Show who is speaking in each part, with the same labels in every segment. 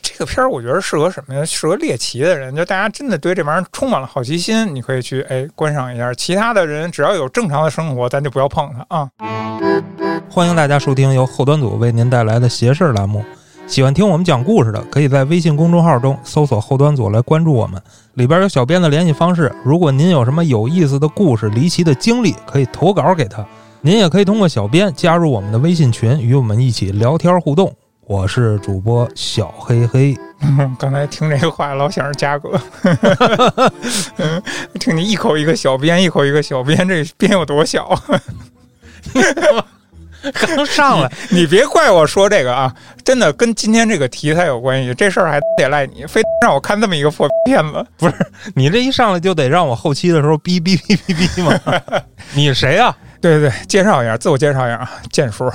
Speaker 1: 这个片儿我觉得适合什么呀？适合猎奇的人，就大家真的对这玩意儿充满了好奇心，你可以去哎观赏一下。其他的人只要有正常的生活，咱就不要碰它啊。
Speaker 2: 欢迎大家收听由后端组为您带来的“斜视”栏目。喜欢听我们讲故事的，可以在微信公众号中搜索“后端组”来关注我们，里边有小编的联系方式。如果您有什么有意思的故事、离奇的经历，可以投稿给他。您也可以通过小编加入我们的微信群，与我们一起聊天互动。我是主播小黑黑，
Speaker 1: 刚才听这个话，老想着嘉哥， 嗯，听你一口一个小编，一口一个小编，这编有多小？啊
Speaker 2: 刚 上来，
Speaker 1: 你别怪我说这个啊，真的跟今天这个题材有关系，这事儿还得赖你，非让我看这么一个破片子。
Speaker 2: 你这一上来就得让我后期的时候哔哔哔哔哔吗？ 你谁啊呀、
Speaker 1: 对对对，介绍一下，自我介绍一下啊，建叔，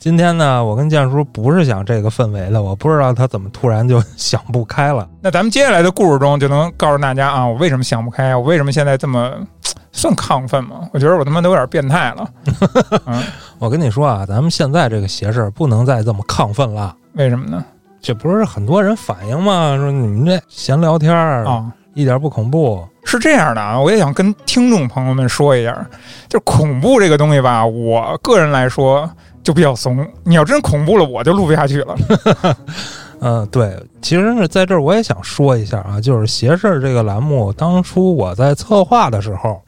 Speaker 2: 今天呢，我跟建叔不是想这个氛围的，我不知道他怎么突然就想不开了。
Speaker 1: 那咱们接下来的故事中，就能告诉大家啊，我为什么想不开啊，我为什么现在这么算亢奋吗？我觉得我他妈都有点变态了。嗯，
Speaker 2: 我跟你说啊，咱们现在这个邪事儿不能再这么亢奋了。
Speaker 1: 为什么呢？
Speaker 2: 这不是很多人反映吗？说你们这闲聊天儿、
Speaker 1: 啊、
Speaker 2: 一点不恐怖。
Speaker 1: 是这样的啊，我也想跟听众朋友们说一下，就是恐怖这个东西吧，我个人来说就比较怂。你要真恐怖了，我就录不下去了。
Speaker 2: 嗯，对，其实是在这儿我也想说一下啊，就是邪事儿这个栏目，当初我在策划的时候，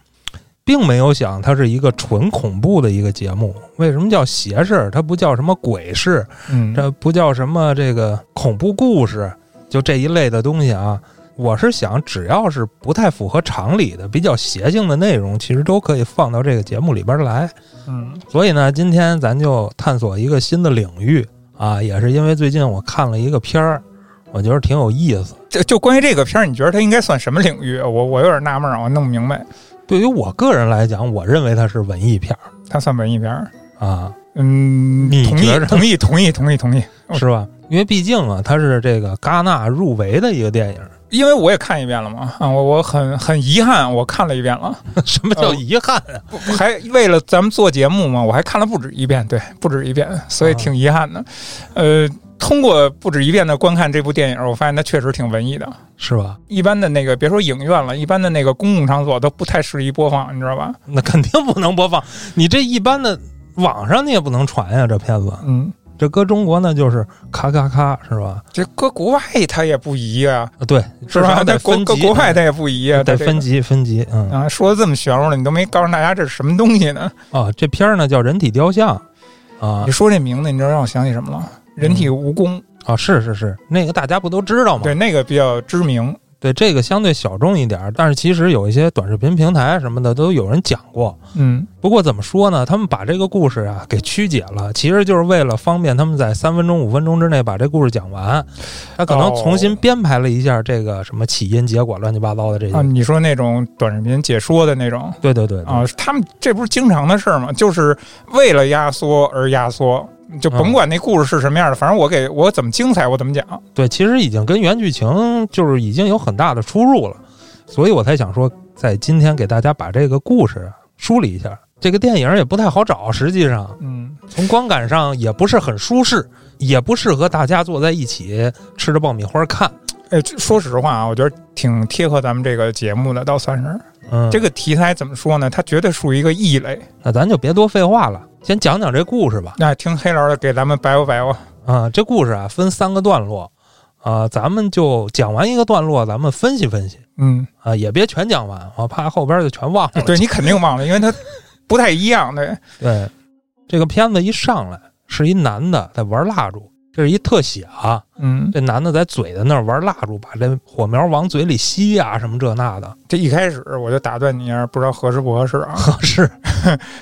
Speaker 2: 并没有想它是一个纯恐怖的一个节目。为什么叫邪事儿？它不叫什么鬼事，
Speaker 1: 嗯，
Speaker 2: 这不叫什么这个恐怖故事，就这一类的东西啊。我是想，只要是不太符合常理的、比较邪性的内容，其实都可以放到这个节目里边来。
Speaker 1: 嗯
Speaker 2: 所以呢，今天咱就探索一个新的领域啊，也是因为最近我看了一个片儿，我觉得挺有意思。
Speaker 1: 就就关于这个片儿，你觉得它应该算什么领域？我我有点纳闷儿，我弄不明白。
Speaker 2: 对于我个人来讲，我认为它是文艺片儿
Speaker 1: 它算文艺片儿？
Speaker 2: 啊，
Speaker 1: 嗯，
Speaker 2: 你
Speaker 1: 同
Speaker 2: 觉
Speaker 1: 意
Speaker 2: 着
Speaker 1: 同意同意同意同意，嗯
Speaker 2: 是吧？因为毕竟啊，它是这个戛纳入围的一个电影，
Speaker 1: 因为我也看一遍了嘛。啊，我我很很遗憾，我看了一遍了，
Speaker 2: 什么叫遗憾啊？
Speaker 1: 不还为了咱们做节目嘛，我还看了不止一遍，对，不止一遍，所以
Speaker 2: 啊
Speaker 1: 挺遗憾的。呃，通过不止一遍的观看这部电影，我发现它确实挺文艺的。
Speaker 2: 是吧？
Speaker 1: 一般的那个，别说影院了，一般的那个公共场所都不太适宜播放，你知道吧？
Speaker 2: 那肯定不能播放，你这一般的网上你也不能传呀、这片子。
Speaker 1: 嗯，
Speaker 2: 这搁中国呢，就是咔咔咔，是吧？
Speaker 1: 这搁国外它也不宜啊，
Speaker 2: 啊，对，
Speaker 1: 是
Speaker 2: 至
Speaker 1: 吧？
Speaker 2: 少
Speaker 1: 在
Speaker 2: 得
Speaker 1: 国
Speaker 2: 分
Speaker 1: 搁
Speaker 2: 级，
Speaker 1: 国外它也不宜啊，它
Speaker 2: 得
Speaker 1: 这个
Speaker 2: 分级分级。嗯，
Speaker 1: 啊，说的这么玄乎了，你都没告诉大家这是什么东西呢？
Speaker 2: 哦，这片儿呢叫《人体雕像》啊
Speaker 1: 你说这名字，你知道让我想起什么了？人体蜈蚣，
Speaker 2: 啊，是是是，那个大家不都知道吗？
Speaker 1: 对，那个比较知名。
Speaker 2: 对这个相对小众一点儿，但是其实有一些短视频平台什么的都有人讲过。
Speaker 1: 嗯，
Speaker 2: 不过怎么说呢？他们把这个故事啊给曲解了，其实就是为了方便他们在三分钟、五分钟之内把这故事讲完。他可能
Speaker 1: 哦
Speaker 2: 重新编排了一下这个什么起因、结果、乱七八糟的这些。
Speaker 1: 啊，你说那种短视频解说的那种
Speaker 2: 对对对，对
Speaker 1: 啊，他们这不是经常的事儿吗？就是为了压缩而压缩，就甭管那故事是什么样的，反正我给我怎么精彩我怎么讲。
Speaker 2: 对，其实已经跟原剧情就是已经有很大的出入了，所以我才想说，在今天给大家把这个故事梳理一下。这个电影也不太好找，实际上
Speaker 1: 嗯，
Speaker 2: 从观感上也不是很舒适，也不适合大家坐在一起吃着爆米花看。
Speaker 1: 哎，这说实话啊，我觉得挺贴合咱们这个节目的，倒算是
Speaker 2: 嗯，
Speaker 1: 这个题材怎么说呢？它绝对属于一个异类。
Speaker 2: 那咱就别多废话了，先讲讲这故事吧。
Speaker 1: 那听黑老师给咱们白话白话。
Speaker 2: 啊，这故事啊分三个段落，啊，咱们就讲完一个段落，咱们分析分析
Speaker 1: 嗯，
Speaker 2: 啊，也别全讲完，我怕后边就全忘了。
Speaker 1: 对你肯定忘了，因为它不太一样。对，
Speaker 2: 对，这个片子一上来是一男的在玩蜡烛，这是一特写啊。
Speaker 1: 嗯，
Speaker 2: 这男的在嘴的那儿玩蜡烛，把这火苗往嘴里吸呀、什么这那的。
Speaker 1: 这一开始我就打断你一下，不知道合适不合适啊？
Speaker 2: 可是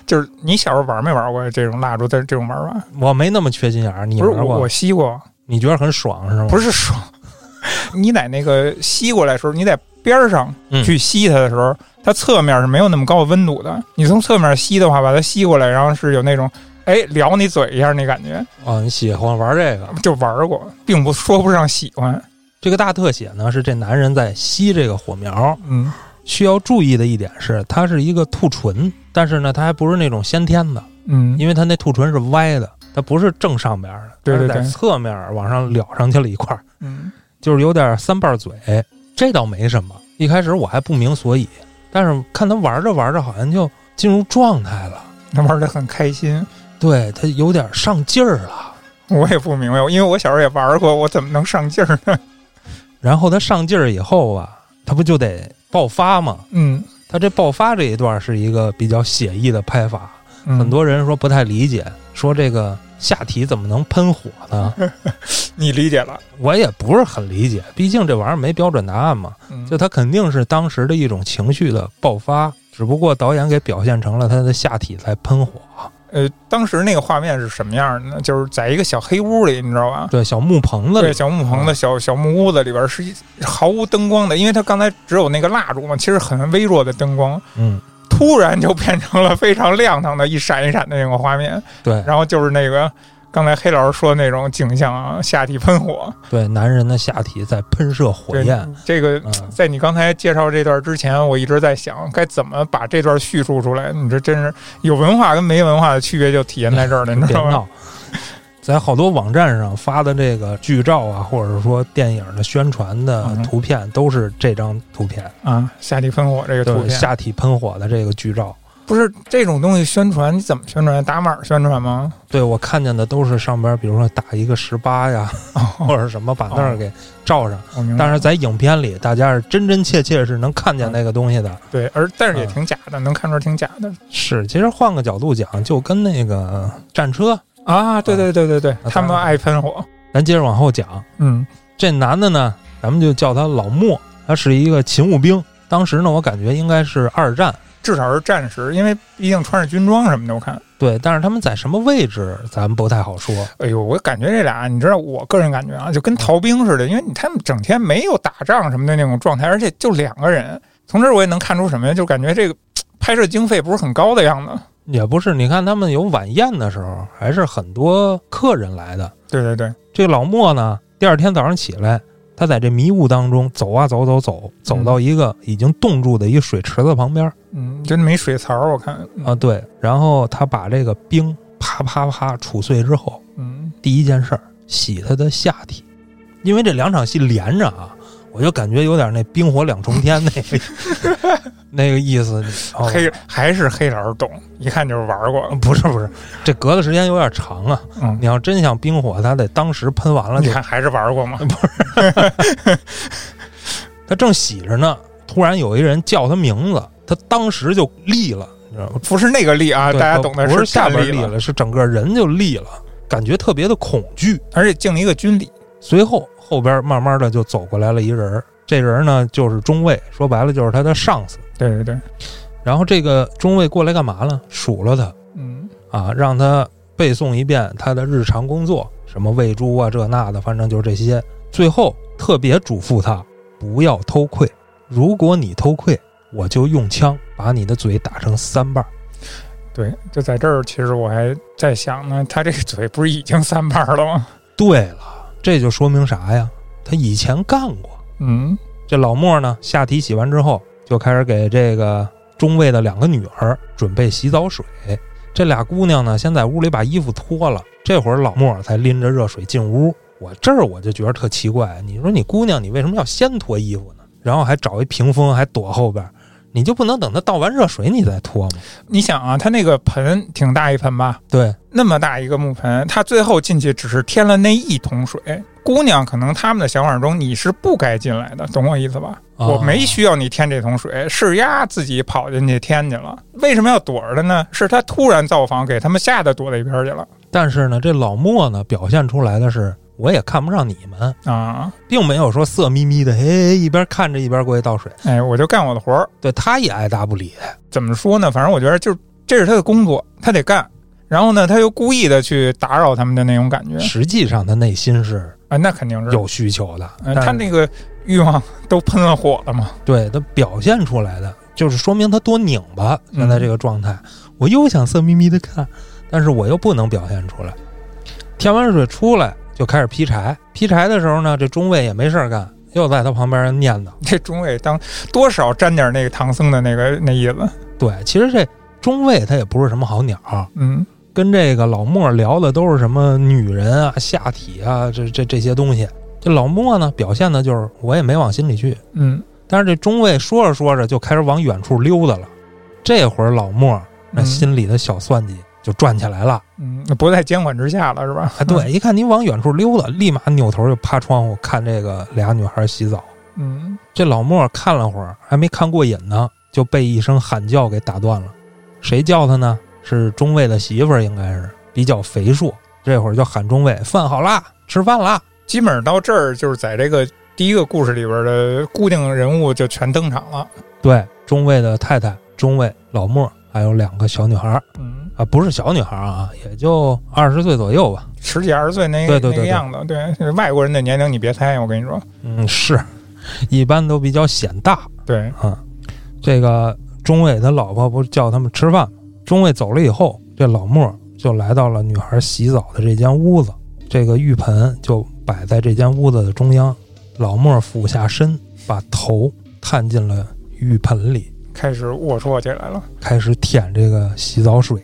Speaker 1: 就是你小时候玩没玩过这种蜡烛的这种玩法？
Speaker 2: 我没那么缺心眼儿，你
Speaker 1: 不是
Speaker 2: 玩
Speaker 1: 我，
Speaker 2: 过
Speaker 1: 我？吸过，
Speaker 2: 你觉得很爽是吗？
Speaker 1: 不是
Speaker 2: 是，
Speaker 1: 说你在那个吸过来的时候，你在边儿上
Speaker 2: 嗯
Speaker 1: 去吸它的时候，它侧面是没有那么高的温度的。你从侧面吸的话，把它吸过来，然后是有那种。哎，撩你嘴一下那感觉，
Speaker 2: 哦，你喜欢玩这个？
Speaker 1: 就玩过，并不说不上喜欢。
Speaker 2: 这个大特写呢，是这男人在吸这个火苗。
Speaker 1: 嗯，
Speaker 2: 需要注意的一点是，他是一个兔唇，但是呢，他还不是那种先天的，
Speaker 1: 嗯，
Speaker 2: 因为他那兔唇是歪的，它不是正上边儿的，
Speaker 1: 对对
Speaker 2: 它是在
Speaker 1: 对
Speaker 2: 侧面儿往上撩上去了一块儿，
Speaker 1: 嗯
Speaker 2: 就是有点三瓣嘴，这倒没什么。一开始我还不明所以，但是看他玩着玩着好像就进入状态了，
Speaker 1: 他玩的很开心。
Speaker 2: 对他有点上劲儿了。
Speaker 1: 我也不明白，因为我小时候也玩过，我怎么能上劲儿呢？
Speaker 2: 然后他上劲儿以后啊，他不就得爆发吗？
Speaker 1: 嗯，
Speaker 2: 他这爆发这一段是一个比较写意的拍法，
Speaker 1: 嗯
Speaker 2: 很多人说不太理解，说这个下体怎么能喷火呢？
Speaker 1: 你理解了，
Speaker 2: 我也不是很理解，毕竟这玩意儿没标准答案嘛。
Speaker 1: 嗯
Speaker 2: 就它肯定是当时的一种情绪的爆发，只不过导演给表现成了他的下体在喷火。
Speaker 1: 呃，当时那个画面是什么样的呢？就是在一个小黑屋里，你知道吧？
Speaker 2: 对，小木棚子
Speaker 1: 对，
Speaker 2: 里，嗯
Speaker 1: 小木棚的小小木屋子里边是一毫无灯光的，因为它刚才只有那个蜡烛嘛，其实很微弱的灯光，
Speaker 2: 嗯，
Speaker 1: 突然就变成了非常亮堂的一闪一闪的那种画面，
Speaker 2: 对
Speaker 1: 然后就是那个刚才黑老师说的那种景象啊，下体喷火，
Speaker 2: 对，男人的下体在喷射火
Speaker 1: 对
Speaker 2: 焰，，
Speaker 1: 这个
Speaker 2: 嗯，
Speaker 1: 在你刚才介绍这段之前，我一直在想该怎么把这段叙述出来。你这真是有文化跟没文化的区别就体现在这儿了，你知
Speaker 2: 别
Speaker 1: 道吗？
Speaker 2: 闹。 在好多网站上发的这个剧照啊，或者说电影的宣传的
Speaker 1: 嗯
Speaker 2: 图片，都是这张图片，
Speaker 1: 啊，下体喷火这个图
Speaker 2: 对，
Speaker 1: 片，
Speaker 2: 下体喷火的这个剧照。
Speaker 1: 不是这种东西宣传，你怎么宣传？打码宣传吗？
Speaker 2: 对我看见的都是上边，比如说打一个十八呀，
Speaker 1: 哦
Speaker 2: 或者什么把那儿给罩上。
Speaker 1: 我明白。
Speaker 2: 但是在影片里，大家是真真切切是能看见那个东西的。
Speaker 1: 对，而但是也
Speaker 2: 嗯
Speaker 1: 挺假的，能看出来挺假的
Speaker 2: 是，其实换个角度讲，就跟那个战车，
Speaker 1: 啊！对对对对对，
Speaker 2: 那
Speaker 1: 他们
Speaker 2: 当然
Speaker 1: 爱喷火，
Speaker 2: 咱接着往后讲，
Speaker 1: 嗯
Speaker 2: 这男的呢，咱们就叫他老莫，他是一个勤务兵。当时呢，我感觉应该是二战，，
Speaker 1: 至少是战时，因为毕竟穿着军装什么的，我看。
Speaker 2: 对，但是他们在什么位置，咱们不太好说。
Speaker 1: 哎呦，我感觉这俩，你知道，我个人感觉啊，就跟逃兵似的，因为你他们整天没有打仗什么的那种状态，而且就两个人。从这儿我也能看出什么呀？就感觉这个拍摄经费不是很高的样子。
Speaker 2: 也不是，你看他们有晚宴的时候，还是很多客人来的。
Speaker 1: 对对对，
Speaker 2: 这老莫呢，第二天早上起来，他在这迷雾当中走啊走走走，走到一个已经冻住的一水池子旁边
Speaker 1: 嗯，就没水槽，我看
Speaker 2: 啊，，对，然后他把这个冰啪啪啪杵碎之后，
Speaker 1: 嗯，
Speaker 2: 第一件事儿洗他的下体，因为这两场戏连着啊，我就感觉有点那冰火两重天那个那个意思。哦
Speaker 1: 黑还是黑老师懂，一看就是玩过。
Speaker 2: 不是不是，这隔的时间有点长啊。
Speaker 1: 嗯，
Speaker 2: 你要真想冰火，他得当时喷完了
Speaker 1: 你
Speaker 2: 就
Speaker 1: 看还是玩过吗？
Speaker 2: 他正洗着呢，突然有一人叫他名字，他当时就立了，你知道吗？
Speaker 1: 不是那个力啊，
Speaker 2: 对
Speaker 1: 大家懂的
Speaker 2: 不是
Speaker 1: 是
Speaker 2: 下
Speaker 1: 站
Speaker 2: 边
Speaker 1: 立
Speaker 2: 立
Speaker 1: 了，
Speaker 2: 了，是整个人就立了，感觉特别的恐惧。
Speaker 1: 而且敬了一个军礼。
Speaker 2: 随后后边慢慢的就走过来了一人儿，这人儿呢就是中尉，说白了就是他的上司。
Speaker 1: 对对对，
Speaker 2: 然后这个中尉过来干嘛呢？数落他
Speaker 1: 嗯，
Speaker 2: 啊，让他背诵一遍他的日常工作，什么喂猪啊这那的，反正就是这些。最后特别嘱咐他不要偷窥，如果你偷窥，我就用枪把你的嘴打成三瓣儿。
Speaker 1: 对，就在这儿，其实我还在想呢，他这个嘴不是已经三瓣了吗？
Speaker 2: 对了，这就说明啥呀？他以前干过。
Speaker 1: 嗯，
Speaker 2: 这老莫呢，下体洗完之后，就开始给这个中尉的两个女儿准备洗澡水。这俩姑娘呢，先在屋里把衣服脱了，这会儿老莫才拎着热水进屋。我这儿我就觉得特奇怪，你说你姑娘，你为什么要先脱衣服呢？然后还找一屏风，还躲后边儿，你就不能等她倒完热水你再脱吗？
Speaker 1: 你想啊，他那个盆挺大一盆吧，
Speaker 2: 对，
Speaker 1: 那么大一个木盆，他最后进去只是添了那一桶水。姑娘可能他们的想法中你是不该进来的，懂我意思吧？
Speaker 2: 啊
Speaker 1: 我没需要你添这桶水，是丫自己跑进去添去了。为什么要躲着她呢？是她突然造访，给他们吓得躲在一边去了
Speaker 2: 但是呢，这老莫呢，表现出来的是我也看不上你们，
Speaker 1: 啊！
Speaker 2: 并没有说色眯眯的，哎，一边看着一边过去倒水。
Speaker 1: 哎，我就干我的活儿。
Speaker 2: 对，他也爱答不理。
Speaker 1: 怎么说呢？反正我觉得就是这是他的工作，他得干。然后呢，他又故意的去打扰他们的那种感觉
Speaker 2: 实际上他内心是
Speaker 1: 啊，那肯定是
Speaker 2: 有需求的，
Speaker 1: 呃
Speaker 2: 但是
Speaker 1: 他那个欲望都喷了火了嘛。
Speaker 2: 对他表现出来的，就是说明他多拧巴。
Speaker 1: 嗯
Speaker 2: 现在这个状态，我又想色眯眯的看，但是我又不能表现出来。添完水出来就开始劈柴，劈柴的时候呢，这中尉也没事儿干，又在他旁边念叨。
Speaker 1: 这中尉当多少沾点那个唐僧的那个那意思，
Speaker 2: 对，其实这中尉他也不是什么好鸟儿，
Speaker 1: 嗯，
Speaker 2: 跟这个老莫聊的都是什么女人啊、下体啊，这这这些东西。这老莫呢，表现的就是我也没往心里去。
Speaker 1: 嗯，
Speaker 2: 但是这中尉说着说着就开始往远处溜达了。这会儿老莫那
Speaker 1: 嗯
Speaker 2: 心里的小算计就转起来了。
Speaker 1: 嗯，不在监管之下了是吧？
Speaker 2: 啊，对，一看你往远处溜达，立马扭头就趴窗户看这个俩女孩洗澡。
Speaker 1: 嗯，
Speaker 2: 这老莫看了会儿，还没看过瘾呢，就被一声喊叫给打断了。谁叫他呢？是中尉的媳妇儿，应该是比较肥硕。这会儿就喊中尉：“饭好啦，吃饭啦
Speaker 1: 基本上到这儿就是在这个第一个故事里边的固定人物就全登场了。！”
Speaker 2: 对，中尉的太太、中尉老莫，还有两个小女孩儿
Speaker 1: 嗯，
Speaker 2: 啊，不是小女孩儿啊，也就二十岁左右吧。
Speaker 1: 十几二十岁那
Speaker 2: 对对对
Speaker 1: 那个
Speaker 2: 对
Speaker 1: 样子，对外国人的年龄你别猜，我跟你说，
Speaker 2: 嗯，是，一般都比较显大。
Speaker 1: 对，
Speaker 2: 啊，这个中尉他老婆不是叫他们吃饭吗？中尉走了以后，这老莫就来到了女孩洗澡的这间屋子，这个浴盆就摆在这间屋子的中央。老莫俯下身，把头探进了浴盆里，
Speaker 1: 开始龌龊起来了。
Speaker 2: 开始舔这个洗澡水，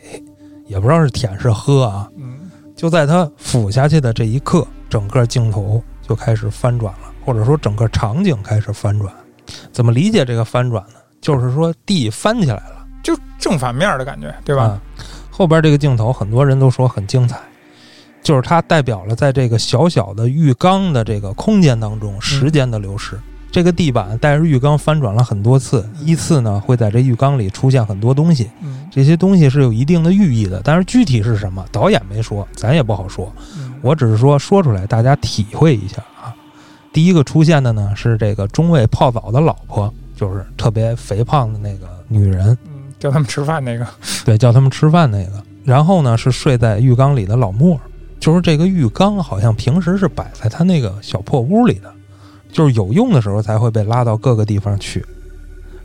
Speaker 2: 也不知道是舔是喝啊。
Speaker 1: 嗯
Speaker 2: 就在他俯下去的这一刻，整个镜头就开始翻转了，或者说整个场景开始翻转。怎么理解这个翻转呢？就是说地翻起来了，，
Speaker 1: 就正反面的感觉，对
Speaker 2: 对
Speaker 1: 吧？
Speaker 2: 啊？后边这个镜头，很多人都说很精彩，就是它代表了在这个小小的浴缸的这个空间当中，时间的流逝。这个地板带着浴缸翻转了很多次，依次呢会在这浴缸里出现很多东西，
Speaker 1: 嗯，
Speaker 2: 这些东西是有一定的寓意的，但是具体是什么，导演没说，咱也不好说。
Speaker 1: 嗯
Speaker 2: 我只是说说出来，大家体会一下啊。第一个出现的呢是这个中尉泡澡的老婆，就是特别肥胖的那个女人，
Speaker 1: 嗯叫他们吃饭那个，
Speaker 2: 对，叫他们吃饭那个。然后呢是睡在浴缸里的老莫，就是这个浴缸好像平时是摆在他那个小破屋里的，就是有用的时候才会被拉到各个地方去。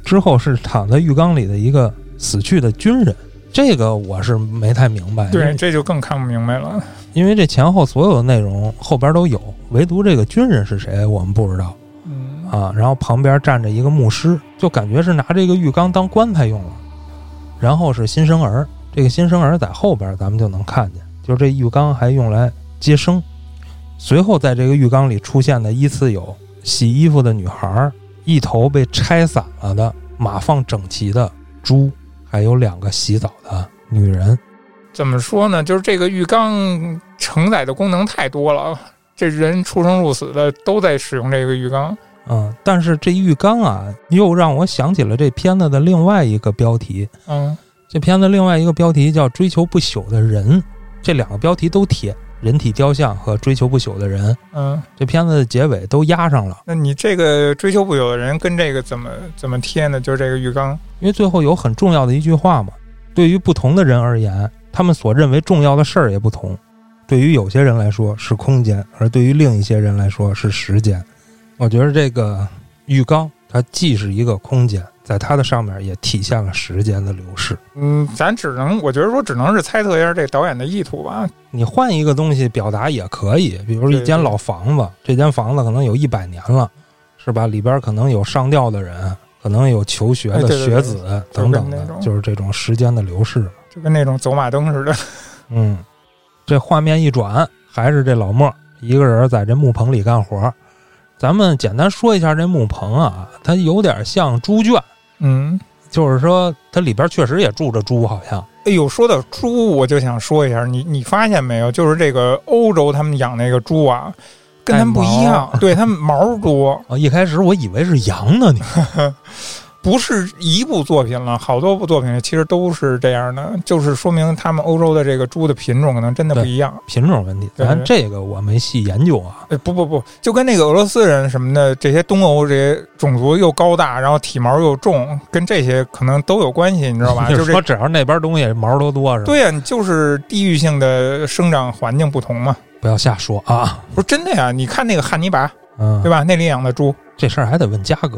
Speaker 2: 之后是躺在浴缸里的一个死去的军人，这个我是没太明白。因为
Speaker 1: 对，这就更看不明白了。
Speaker 2: 因为这前后所有的内容后边都有，唯独这个军人是谁我们不知道
Speaker 1: 嗯，
Speaker 2: 啊。然后旁边站着一个牧师，就感觉是拿这个浴缸当棺材用了。然后是新生儿，这个新生儿在后边咱们就能看见，就是这浴缸还用来接生。随后在这个浴缸里出现的依次有洗衣服的女孩儿，一头被拆散了的码放整齐的猪，还有两个洗澡的女人。
Speaker 1: 怎么说呢？就是这个浴缸承载的功能太多了，这人出生入死的都在使用这个浴缸。
Speaker 2: 嗯，但是这浴缸啊，又让我想起了这片子的另外一个标题。
Speaker 1: 嗯，
Speaker 2: 这片子另外一个标题叫《追求不朽的人》，这两个标题都贴“人体雕像”和“追求不朽的人
Speaker 1: 嗯，”。
Speaker 2: 这片子的结尾都压上了，
Speaker 1: 那你这个追求不朽的人跟这个怎么怎么贴呢？就是这个浴缸，
Speaker 2: 因为最后有很重要的一句话嘛。对于不同的人而言，他们所认为重要的事儿也不同。对于有些人来说是空间，而对于另一些人来说是时间。我觉得这个浴缸，它既是一个空间，在它的上面也体现了时间的流逝。
Speaker 1: 嗯，咱只能我觉得说只能是猜测一下这导演的意图吧。
Speaker 2: 你换一个东西表达也可以，比如一间老房子，这间房子可能有一百年了，是吧？里边可能有上吊的人，可能有求学
Speaker 1: 哎
Speaker 2: 的
Speaker 1: 对对对
Speaker 2: 学子等等
Speaker 1: 就是那
Speaker 2: 的，
Speaker 1: 种
Speaker 2: 就是这种时间的流逝。
Speaker 1: 就跟那种走马灯似的，
Speaker 2: 嗯，这画面一转，还是这老莫一个人在这木棚里干活。咱们简单说一下这木棚啊，它有点像猪圈，
Speaker 1: 嗯，
Speaker 2: 就是说它里边确实也住着猪，好像。
Speaker 1: 哎呦，说到猪，我就想说一下，你你发现没有？就是这个欧洲他们养那个猪啊，跟他们不一样， 对他们毛多，
Speaker 2: 哦，一开始我以为是羊呢，你
Speaker 1: 不是一部作品了，好多部作品其实都是这样的，就是说明他们欧洲的这个猪的品种可能真的不一样。
Speaker 2: 品种问题，
Speaker 1: 对
Speaker 2: 咱这个我没细研究啊。
Speaker 1: 哎，不不不，就跟那个俄罗斯人什么的，这些东欧这些种族又高大，然后体毛又重，跟这些可能都有关系，你知道 吧？
Speaker 2: 就
Speaker 1: 就是是
Speaker 2: 说，
Speaker 1: 这。
Speaker 2: 只要那边东西毛多多是吧？
Speaker 1: 对呀、你就是地域性的生长环境不同嘛。
Speaker 2: 不要瞎说啊，
Speaker 1: 不是真的呀，你看那个汉尼拔，
Speaker 2: 嗯，
Speaker 1: 对
Speaker 2: 吧？
Speaker 1: 吧？那里养的猪，
Speaker 2: 这事儿还得问嘉哥，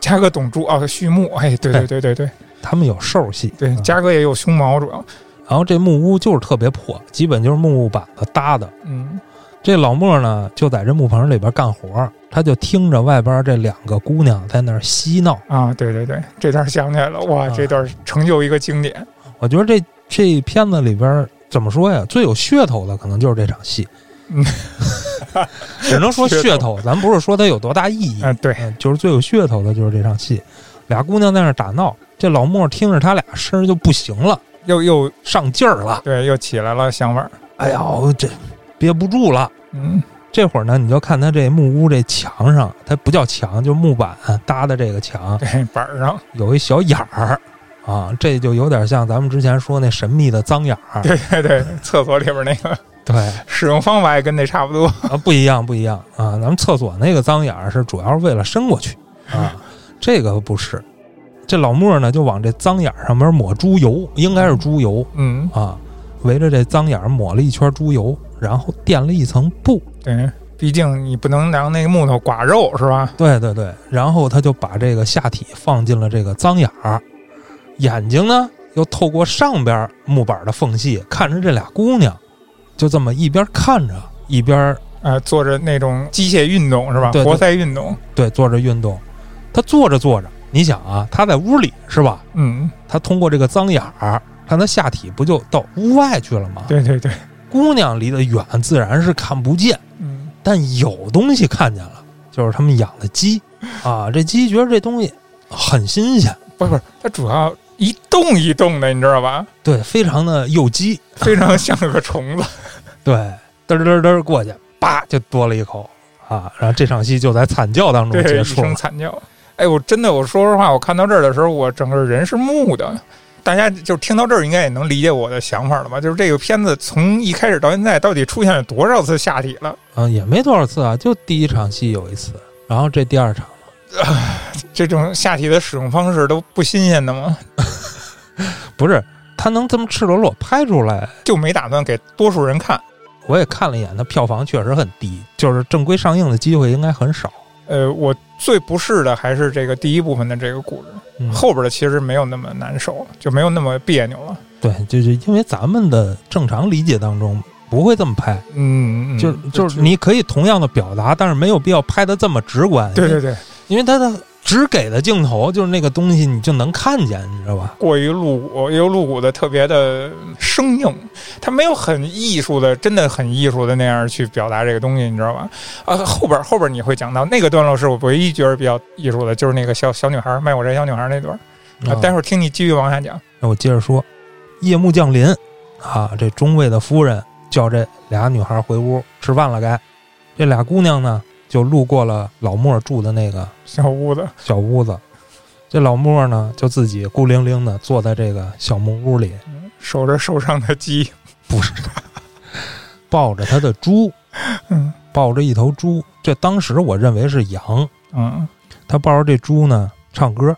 Speaker 1: 嘉哥懂猪哦，畜牧，哎，对对对对对
Speaker 2: 他们有兽系。
Speaker 1: 对，
Speaker 2: 嗯
Speaker 1: 嘉哥也有胸毛，主要，
Speaker 2: 然后这木屋就是特别破，基本就是木板子搭的。
Speaker 1: 嗯
Speaker 2: 这老莫呢，就在这木棚里边干活，他就听着外边这两个姑娘在那儿嬉闹。
Speaker 1: 啊，对对对，这段想起来了，哇，
Speaker 2: 啊
Speaker 1: 这段成就一个经典，
Speaker 2: 我觉得这这片子里边怎么说呀？最有噱头的可能就是这场戏，只能说嗯噱头，咱不是说它有多大意义，
Speaker 1: 嗯，对，
Speaker 2: 嗯，就是最有噱头的就是这场戏，俩姑娘在那儿打闹，这老莫听着他俩声儿就不行了，
Speaker 1: 又又
Speaker 2: 上劲儿了，
Speaker 1: 对，又起来了香味儿。
Speaker 2: 哎呀，我这憋不住了。
Speaker 1: 嗯，
Speaker 2: 这会儿呢，你就看他这木屋这墙上，它不叫墙，就是木板搭的这个墙
Speaker 1: 对，板儿上，
Speaker 2: 有一小眼儿啊，这就有点像咱们之前说那神秘的脏眼儿，
Speaker 1: 对对对，厕所里边那个
Speaker 2: 对
Speaker 1: 使用方法也跟那差不多。
Speaker 2: 啊，不一样不一样啊，咱们厕所那个脏眼儿是主要是为了伸过去啊，这个不是。这老莫呢，就往这脏眼儿上面抹猪油，应该是猪油
Speaker 1: 嗯，
Speaker 2: 啊，围着这脏眼儿抹了一圈猪油，然后垫了一层布，
Speaker 1: 对，毕竟你不能让那个木头刮肉是吧？
Speaker 2: 对对对，然后他就把这个下体放进了这个脏眼儿，眼睛呢又透过上边木板的缝隙看着这俩姑娘，就这么一边看着一边
Speaker 1: 呃，做着那种机械运动是吧？
Speaker 2: 对对
Speaker 1: 活塞运动。
Speaker 2: 对做着运动。他坐着坐着，你想啊，他在屋里是吧？
Speaker 1: 嗯，
Speaker 2: 他通过这个脏眼儿看他下体不就到屋外去了吗？
Speaker 1: 对对对，
Speaker 2: 姑娘离得远，自然是看不见。
Speaker 1: 嗯，
Speaker 2: 但有东西看见了，就是他们养的鸡啊。这鸡觉得这东西很新鲜，
Speaker 1: 不是不是，它主要一动一动的，你知道吧？
Speaker 2: 对，非常的诱鸡，
Speaker 1: 非常像个虫 子。
Speaker 2: 对，嘚儿嘚儿嘚儿过去，叭就多了一口啊。然后这场戏就在惨叫当中
Speaker 1: 对，
Speaker 2: 结
Speaker 1: 一
Speaker 2: 束了
Speaker 1: 声。惨叫。哎，我真的，我说实话，我看到这儿的时候，我整个人是木的。大家就听到这儿，应该也能理解我的想法了吧？就是这个片子从一开始到现在，到底出现了多少次下体了？
Speaker 2: 嗯，也没多少次啊，就第一场戏有一次，然后这第二场，
Speaker 1: 这种下体的使用方式都不新鲜的吗？
Speaker 2: 不是他能这么赤裸裸拍出来，
Speaker 1: 就没打算给多数人看。
Speaker 2: 我也看了一眼，它票房确实很低，就是正规上映的机会应该很少。
Speaker 1: 呃，我最不适的还是这个第一部分的这个故事，
Speaker 2: 嗯，
Speaker 1: 后边的其实没有那么难受，就没有那么别扭了。
Speaker 2: 对，就是因为咱们的正常理解当中不会这么拍，
Speaker 1: 嗯，嗯
Speaker 2: 就就是，你可以同样的表达，但是没有必要拍的这么直 观。
Speaker 1: 对对对，
Speaker 2: 因为它的只给的镜头就是那个东西，你就能看见，你知道吧？
Speaker 1: 过于露骨，又露骨的特别的生硬，它没有很艺术的，真的很艺术的那样去表达这个东西，你知道吧？啊，后边后边你会讲到那个段落是我唯一觉得比较艺术的，就是那个小小女孩卖火柴小女孩那段。啊，待会儿听你继续往下讲。
Speaker 2: 那我接着说，夜幕降临，啊，这中尉的夫人叫这俩女孩回屋吃饭了该。这俩姑娘呢，就路过了老莫住的那个
Speaker 1: 小屋子，
Speaker 2: 小屋子。这老莫呢，就自己孤零零的坐在这个小木屋里，
Speaker 1: 守着手上的鸡，
Speaker 2: 抱着他的猪，
Speaker 1: 嗯
Speaker 2: 抱着一头猪。这当时我认为是羊，
Speaker 1: 嗯，
Speaker 2: 他抱着这猪呢唱歌，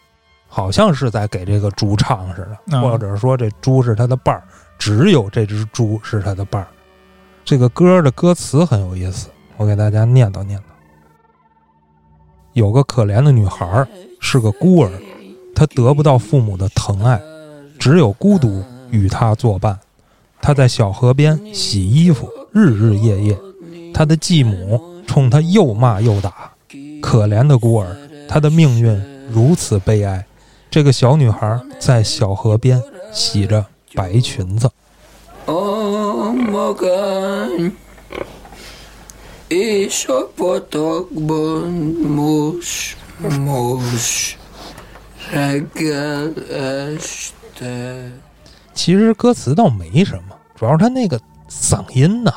Speaker 2: 好像是在给这个猪唱似的，
Speaker 1: 嗯
Speaker 2: 或者说这猪是他的伴儿，只有这只猪是他的伴儿。这个歌的歌词很有意思，我给大家念叨念叨。有个可怜的女孩儿是个孤儿，她得不到父母的疼爱，只有孤独与她作伴。她在小河边洗衣服，日日夜夜。她的继母冲她又骂又打。可怜的孤儿，她的命运如此悲哀。这个小女孩在小河边洗着白裙子。
Speaker 3: Magány, és a patakban mos, mos, reggel, este.
Speaker 2: 其实歌词倒没什么，主要是她那个嗓音呐、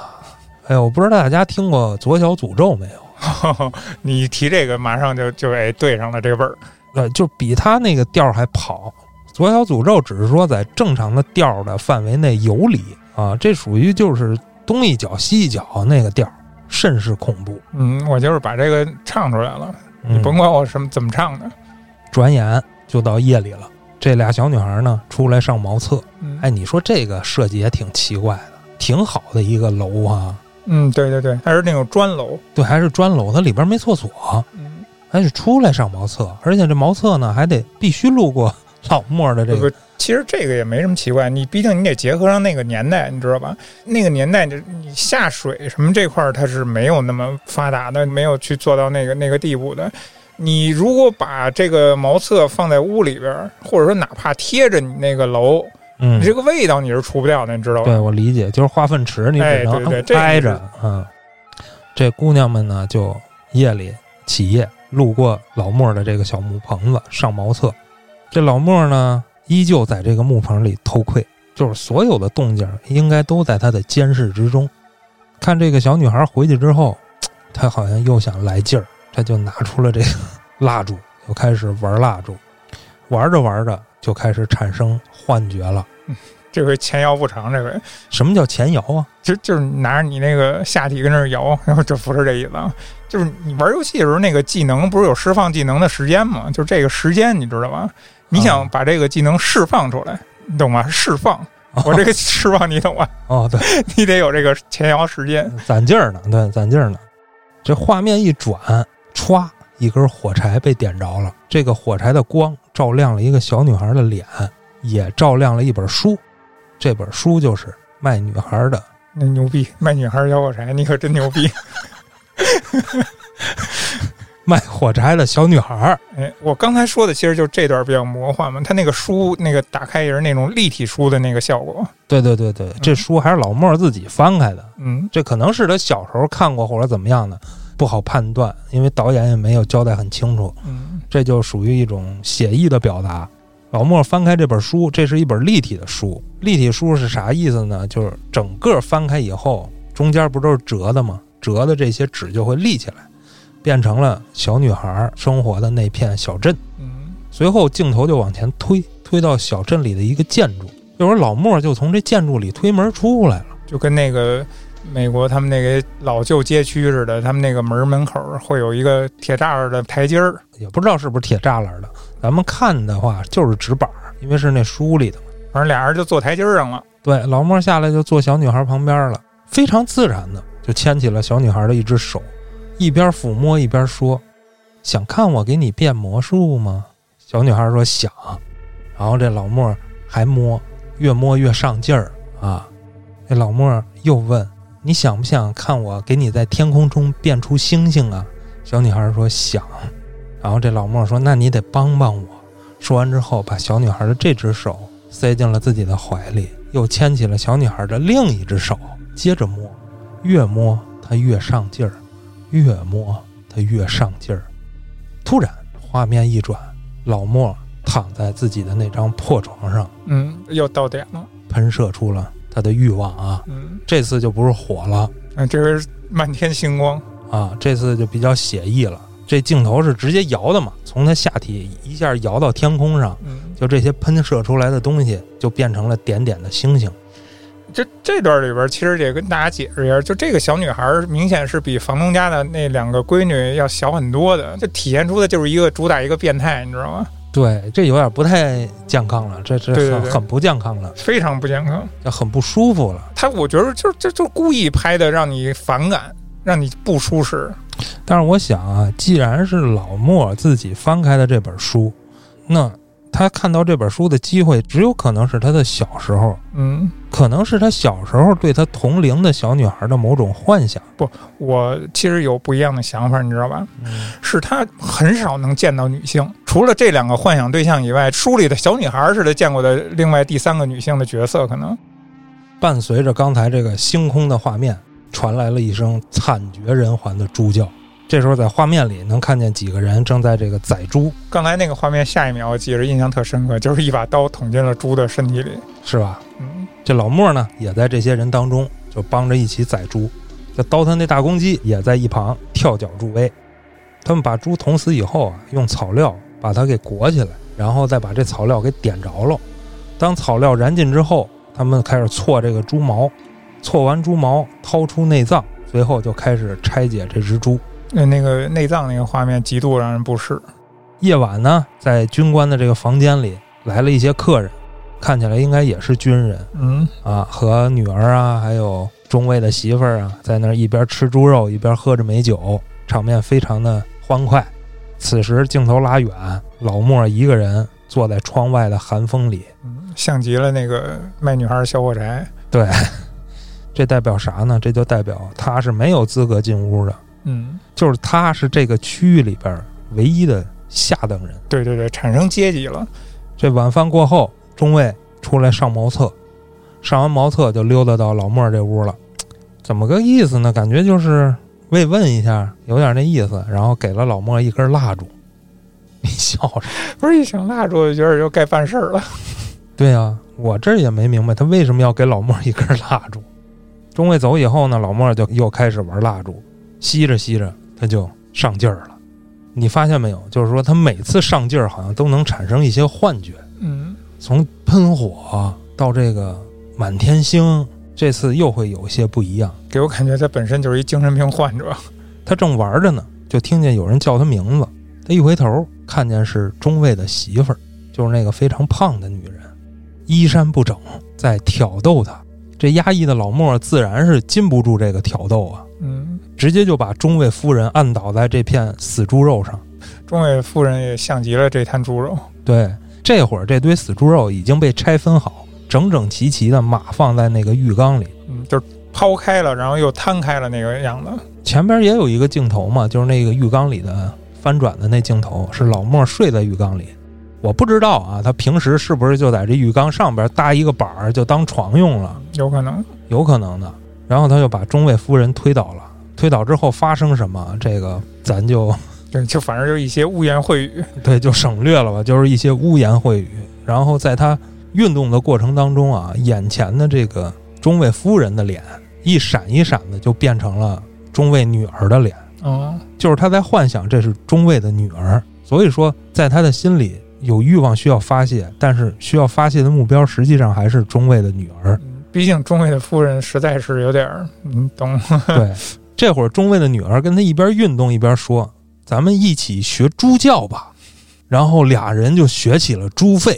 Speaker 2: 哎呦，我不知道大家听过左小诅咒没有？
Speaker 1: 你一提这个，马上就就哎对上了这味儿。
Speaker 2: 呃，就比她那个调儿还跑。左小诅咒只是说在正常的调儿的范围内游离啊，这属于就是东一脚西一脚那个调儿，甚是恐怖。
Speaker 1: 嗯，我就是把这个唱出来了，
Speaker 2: 嗯
Speaker 1: 你甭管我什么怎么唱的。
Speaker 2: 转眼就到夜里了，这俩小女孩呢出来上茅厕。
Speaker 1: 嗯，
Speaker 2: 哎，你说这个设计也挺奇怪的，挺好的一个楼啊，
Speaker 1: 嗯，对对对，它是那种砖楼。
Speaker 2: 对，还是砖楼，它里边没厕所，
Speaker 1: 嗯，
Speaker 2: 还是出来上茅厕，而且这茅厕呢还得必须路过 老莫的这
Speaker 1: 不
Speaker 2: 个，
Speaker 1: 不，其实这个也没什么奇怪，你毕竟你得结合上那个年代，你知道吧？那个年代就是你下水什么这块儿它是没有那么发达的，没有去做到那个那个地步的。你如果把这个茅厕放在屋里边儿，或者说哪怕贴着你那个楼，
Speaker 2: 嗯
Speaker 1: 你，这个味道你是除不掉的，你知道吧？
Speaker 2: 对我理解，就是化粪池，你只
Speaker 1: 哎
Speaker 2: 能
Speaker 1: 对对这个
Speaker 2: 挨
Speaker 1: 是
Speaker 2: 着啊。这姑娘们呢，就夜里起夜路过老莫的这个小木棚子上茅厕，这老莫呢依旧在这个木棚里偷窥，就是所有的动静应该都在他的监视之中。看这个小女孩回去之后，他好像又想来劲儿，他就拿出了这个蜡烛，就开始玩蜡烛，玩着玩着就开始产生幻觉了。
Speaker 1: 这回前摇不长，这回
Speaker 2: 什么叫前摇啊？
Speaker 1: 就就是拿着你那个下体跟那儿摇，然后这不是这意思啊，就是你玩游戏的时候那个技能不是有释放技能的时间吗？就这个时间你知道吧？你想把这个技能释放出来，你懂吗？释放，我这个释放你懂吗？
Speaker 2: 哦，对，
Speaker 1: 你得有这个前摇时间。
Speaker 2: 攒劲儿呢，对，攒劲儿呢。这画面一转，歘，一根火柴被点着了。这个火柴的光照亮了一个小女孩的脸，也照亮了一本书。这本书就是《卖女孩的
Speaker 1: 那牛逼，卖女孩摇火柴，你可真牛逼！
Speaker 2: 卖火柴的小女孩儿》。
Speaker 1: 哎，我刚才说的其实就这段比较魔幻嘛，它那个书那个打开也是那种立体书的那个效果。
Speaker 2: 对对对对，这书还是老莫自己翻开的，
Speaker 1: 嗯，
Speaker 2: 这可能是他小时候看过或者怎么样的，不好判断，因为导演也没有交代很清楚。
Speaker 1: 嗯，
Speaker 2: 这就属于一种写意的表达。老莫翻开这本书，这是一本立体的书。立体书是啥意思呢？就是整个翻开以后，中间不都是折的吗？折的这些纸就会立起来，变成了小女孩生活的那片小镇。
Speaker 1: 嗯，
Speaker 2: 随后镜头就往前推，推到小镇里的一个建筑。这会儿老莫就从这建筑里推门出来了。
Speaker 1: 就跟那个美国他们那个老旧街区似的，他们那个门门口会有一个铁栅栏的台阶儿，
Speaker 2: 也不知道是不是铁栅栏的，咱们看的话就是纸板儿，因为是那书里的。
Speaker 1: 反正俩人就坐台阶儿上了。
Speaker 2: 对，老莫下来就坐小女孩旁边了，非常自然的就牵起了小女孩的一只手，一边抚摸一边说：“想看我给你变魔术吗？”小女孩说：“想。”然后这老莫还摸，越摸越上劲儿啊！这老莫又问：“你想不想看我给你在天空中变出星星啊？”小女孩说：“想。”然后这老莫说：“那你得帮帮我。”说完之后，把小女孩的这只手塞进了自己的怀里，又牵起了小女孩的另一只手，接着摸，越摸她越上劲儿，越摸她越上劲儿。突然，画面一转，老莫躺在自己的那张破床上，
Speaker 1: 嗯，又到点了。
Speaker 2: 喷射出了他的欲望啊！
Speaker 1: 嗯，
Speaker 2: 这次就不是火了
Speaker 1: 嗯，这回是漫天星光。
Speaker 2: 啊，这次就比较写意了。这镜头是直接摇的嘛，从他下体一下摇到天空上，
Speaker 1: 嗯，
Speaker 2: 就这些喷射出来的东西就变成了点点的星星。
Speaker 1: 这这段里边其实也跟大家解释一下，就这个小女孩儿明显是比房东家的那两个闺女要小很多的，这体现出的就是一个主打一个变态，你知道吗？
Speaker 2: 对，这有点不太健康了，这这很
Speaker 1: 对对对
Speaker 2: 很不健康了，
Speaker 1: 非常不健康。
Speaker 2: 这很不舒服了。
Speaker 1: 他我觉得就是就就故意拍的，让你反感，让你不舒适。
Speaker 2: 但是我想啊，既然是老莫自己翻开的这本书，那他看到这本书的机会，只有可能是他的小时候，
Speaker 1: 嗯，
Speaker 2: 可能是他小时候对他同龄的小女孩的某种幻想。
Speaker 1: 我其实有不一样的想法，你知道吧？
Speaker 2: 嗯，
Speaker 1: 是他很少能见到女性，除了这两个幻想对象以外，书里的小女孩似的见过的另外第三个女性的角色，可能
Speaker 2: 伴随着刚才这个星空的画面，传来了一声惨绝人寰的猪叫。这时候在画面里能看见几个人正在这个宰猪，
Speaker 1: 刚才那个画面，下一秒我记着印象特深刻，就是一把刀捅进了猪的身体里。
Speaker 2: 是吧？
Speaker 1: 嗯，
Speaker 2: 这老莫呢，也在这些人当中，就帮着一起宰猪。这刀他那大公鸡也在一旁跳脚助威。他们把猪捅死以后啊，用草料把它给裹起来，然后再把这草料给点着了。当草料燃尽之后，他们开始搓这个猪毛，搓完猪毛掏出内脏，随后就开始拆解这只猪。
Speaker 1: 那那个内脏那个画面极度让人不适。
Speaker 2: 夜晚呢，在军官的这个房间里来了一些客人，看起来应该也是军人。
Speaker 1: 嗯，
Speaker 2: 啊，和女儿啊，还有中尉的媳妇儿啊，在那儿一边吃猪肉一边喝着美酒，场面非常的欢快。此时镜头拉远，老莫一个人坐在窗外的寒风里，
Speaker 1: 嗯像极了那个卖女孩的小火柴。
Speaker 2: 这代表啥呢？这就代表他是没有资格进屋的，
Speaker 1: 嗯，
Speaker 2: 就是他是这个区域里边儿唯一的下等人。
Speaker 1: 对对对，产生阶级了。
Speaker 2: 这晚饭过后，中尉出来上茅厕，上完茅厕就溜达到老莫这屋了。怎么个意思呢？感觉就是慰问一下，有点那意思。然后给了老莫一根蜡烛。 你笑什么？
Speaker 1: 不是一想蜡烛就觉得又该办事儿了。
Speaker 2: 对呀、我这也没明白他为什么要给老莫一根蜡烛。中尉走以后呢，老莫就又开始玩蜡烛，吸着吸着他就上劲儿了。你发现没有？就是说他每次上劲儿，好像都能产生一些幻觉。
Speaker 1: 嗯，
Speaker 2: 从喷火到这个满天星，这次又会有一些不一样。
Speaker 1: 给我感觉他本身就是一精神病患者。
Speaker 2: 他正玩着呢，就听见有人叫他名字。他一回头，看见是中尉的媳妇儿，就是那个非常胖的女人，衣衫不整，在挑逗他。这压抑的老莫自然是禁不住这个挑逗啊，
Speaker 1: 嗯，
Speaker 2: 直接就把中尉夫人按倒在这片死猪肉上。
Speaker 1: 中尉夫人也像极了这摊猪肉。
Speaker 2: 对，这会儿这堆死猪肉已经被拆分好，整整齐齐的码放在那个浴缸里。
Speaker 1: 嗯，就是抛开了，然后又摊开了那个样子。
Speaker 2: 前边也有一个镜头嘛，就是那个浴缸里的翻转的那镜头，是老莫睡在浴缸里。我不知道啊，他平时是不是就在这浴缸上边搭一个板儿，就当床用了？
Speaker 1: 有可能，
Speaker 2: 有可能的。然后他就把中尉夫人推倒了，推倒之后发生什么，这个咱就
Speaker 1: 对，就反正就一些污言秽语。
Speaker 2: 对就省略了吧，就是一些污言秽语。然后在他运动的过程当中啊，眼前的这个中尉夫人的脸一闪一闪的就变成了中尉女儿的脸。
Speaker 1: 嗯，
Speaker 2: 就是他在幻想这是中尉的女儿，所以说在他的心里有欲望需要发泄，但是需要发泄的目标实际上还是中尉的女儿。
Speaker 1: 嗯毕竟中尉的夫人实在是有点儿，你懂 吗？
Speaker 2: 对，这会儿中尉的女儿跟他一边运动一边说：“咱们一起学猪叫吧。”然后俩人就学起了猪吠，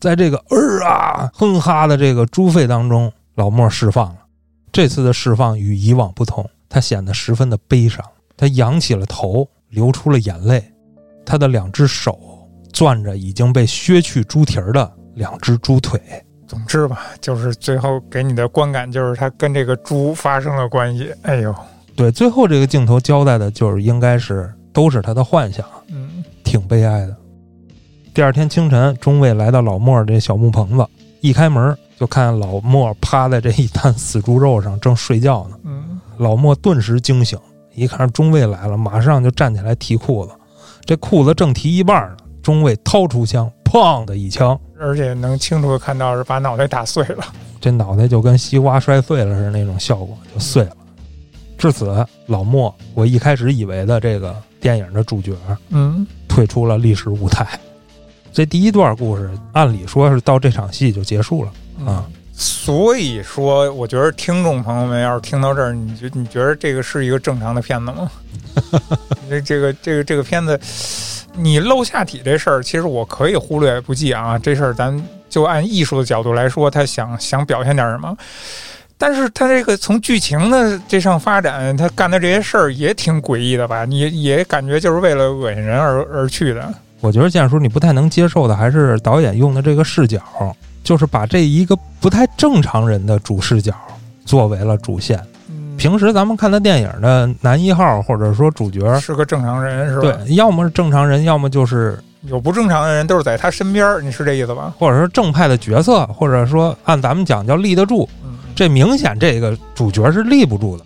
Speaker 2: 在这个呃啊哼哈的这个猪吠当中，老莫释放了。这次的释放与以往不同，他显得十分的悲伤。他仰起了头，流出了眼泪。他的两只手攥着已经被削去猪蹄儿的两只猪腿。
Speaker 1: 总之吧，就是最后给你的观感就是他跟这个猪发生了关系。哎呦，
Speaker 2: 对，最后这个镜头交代的就是，应该是都是他的幻想。
Speaker 1: 嗯，
Speaker 2: 挺悲哀的。第二天清晨，中尉来到老莫这小木棚子，一开门就看老莫趴在这一滩死猪肉上正睡觉呢。
Speaker 1: 嗯，
Speaker 2: 老莫顿时惊醒，一看中尉来了，马上就站起来提裤子。这裤子正提一半呢，中尉掏出枪，砰的一枪，
Speaker 1: 而且能清楚的看到是把脑袋打碎了。
Speaker 2: 这脑袋就跟西瓜摔碎了似的那种效果，就碎了。至此，老莫，我一开始以为的这个电影的主角，
Speaker 1: 嗯，
Speaker 2: 退出了历史舞台。这第一段故事，按理说是到这场戏就结束了啊。
Speaker 1: 所以说，我觉得听众朋友们要是听到这儿，你觉你觉得这个是一个正常的片子 吗？这这个这个这个片子，你露下体这事儿，其实我可以忽略不计啊。这事儿咱就按艺术的角度来说，他想想表现点什么。但是他这个从剧情的这上发展，他干的这些事儿也挺诡异的吧？你也感觉就是为了恶心人而而去的。
Speaker 2: 我觉得建叔你不太能接受的，还是导演用的这个视角，就是把这一个不太正常人的主视角作为了主线。
Speaker 1: 嗯
Speaker 2: 平时咱们看的电影的男一号或者说主角，
Speaker 1: 是个正常人是吧？
Speaker 2: 对，，要么是正常人，要么就是
Speaker 1: 有不正常的人都是在他身边儿，你是这意思吧？
Speaker 2: 或者说正派的角色，或者说按咱们讲叫立得住，
Speaker 1: 嗯，
Speaker 2: 这明显这个主角是立不住的。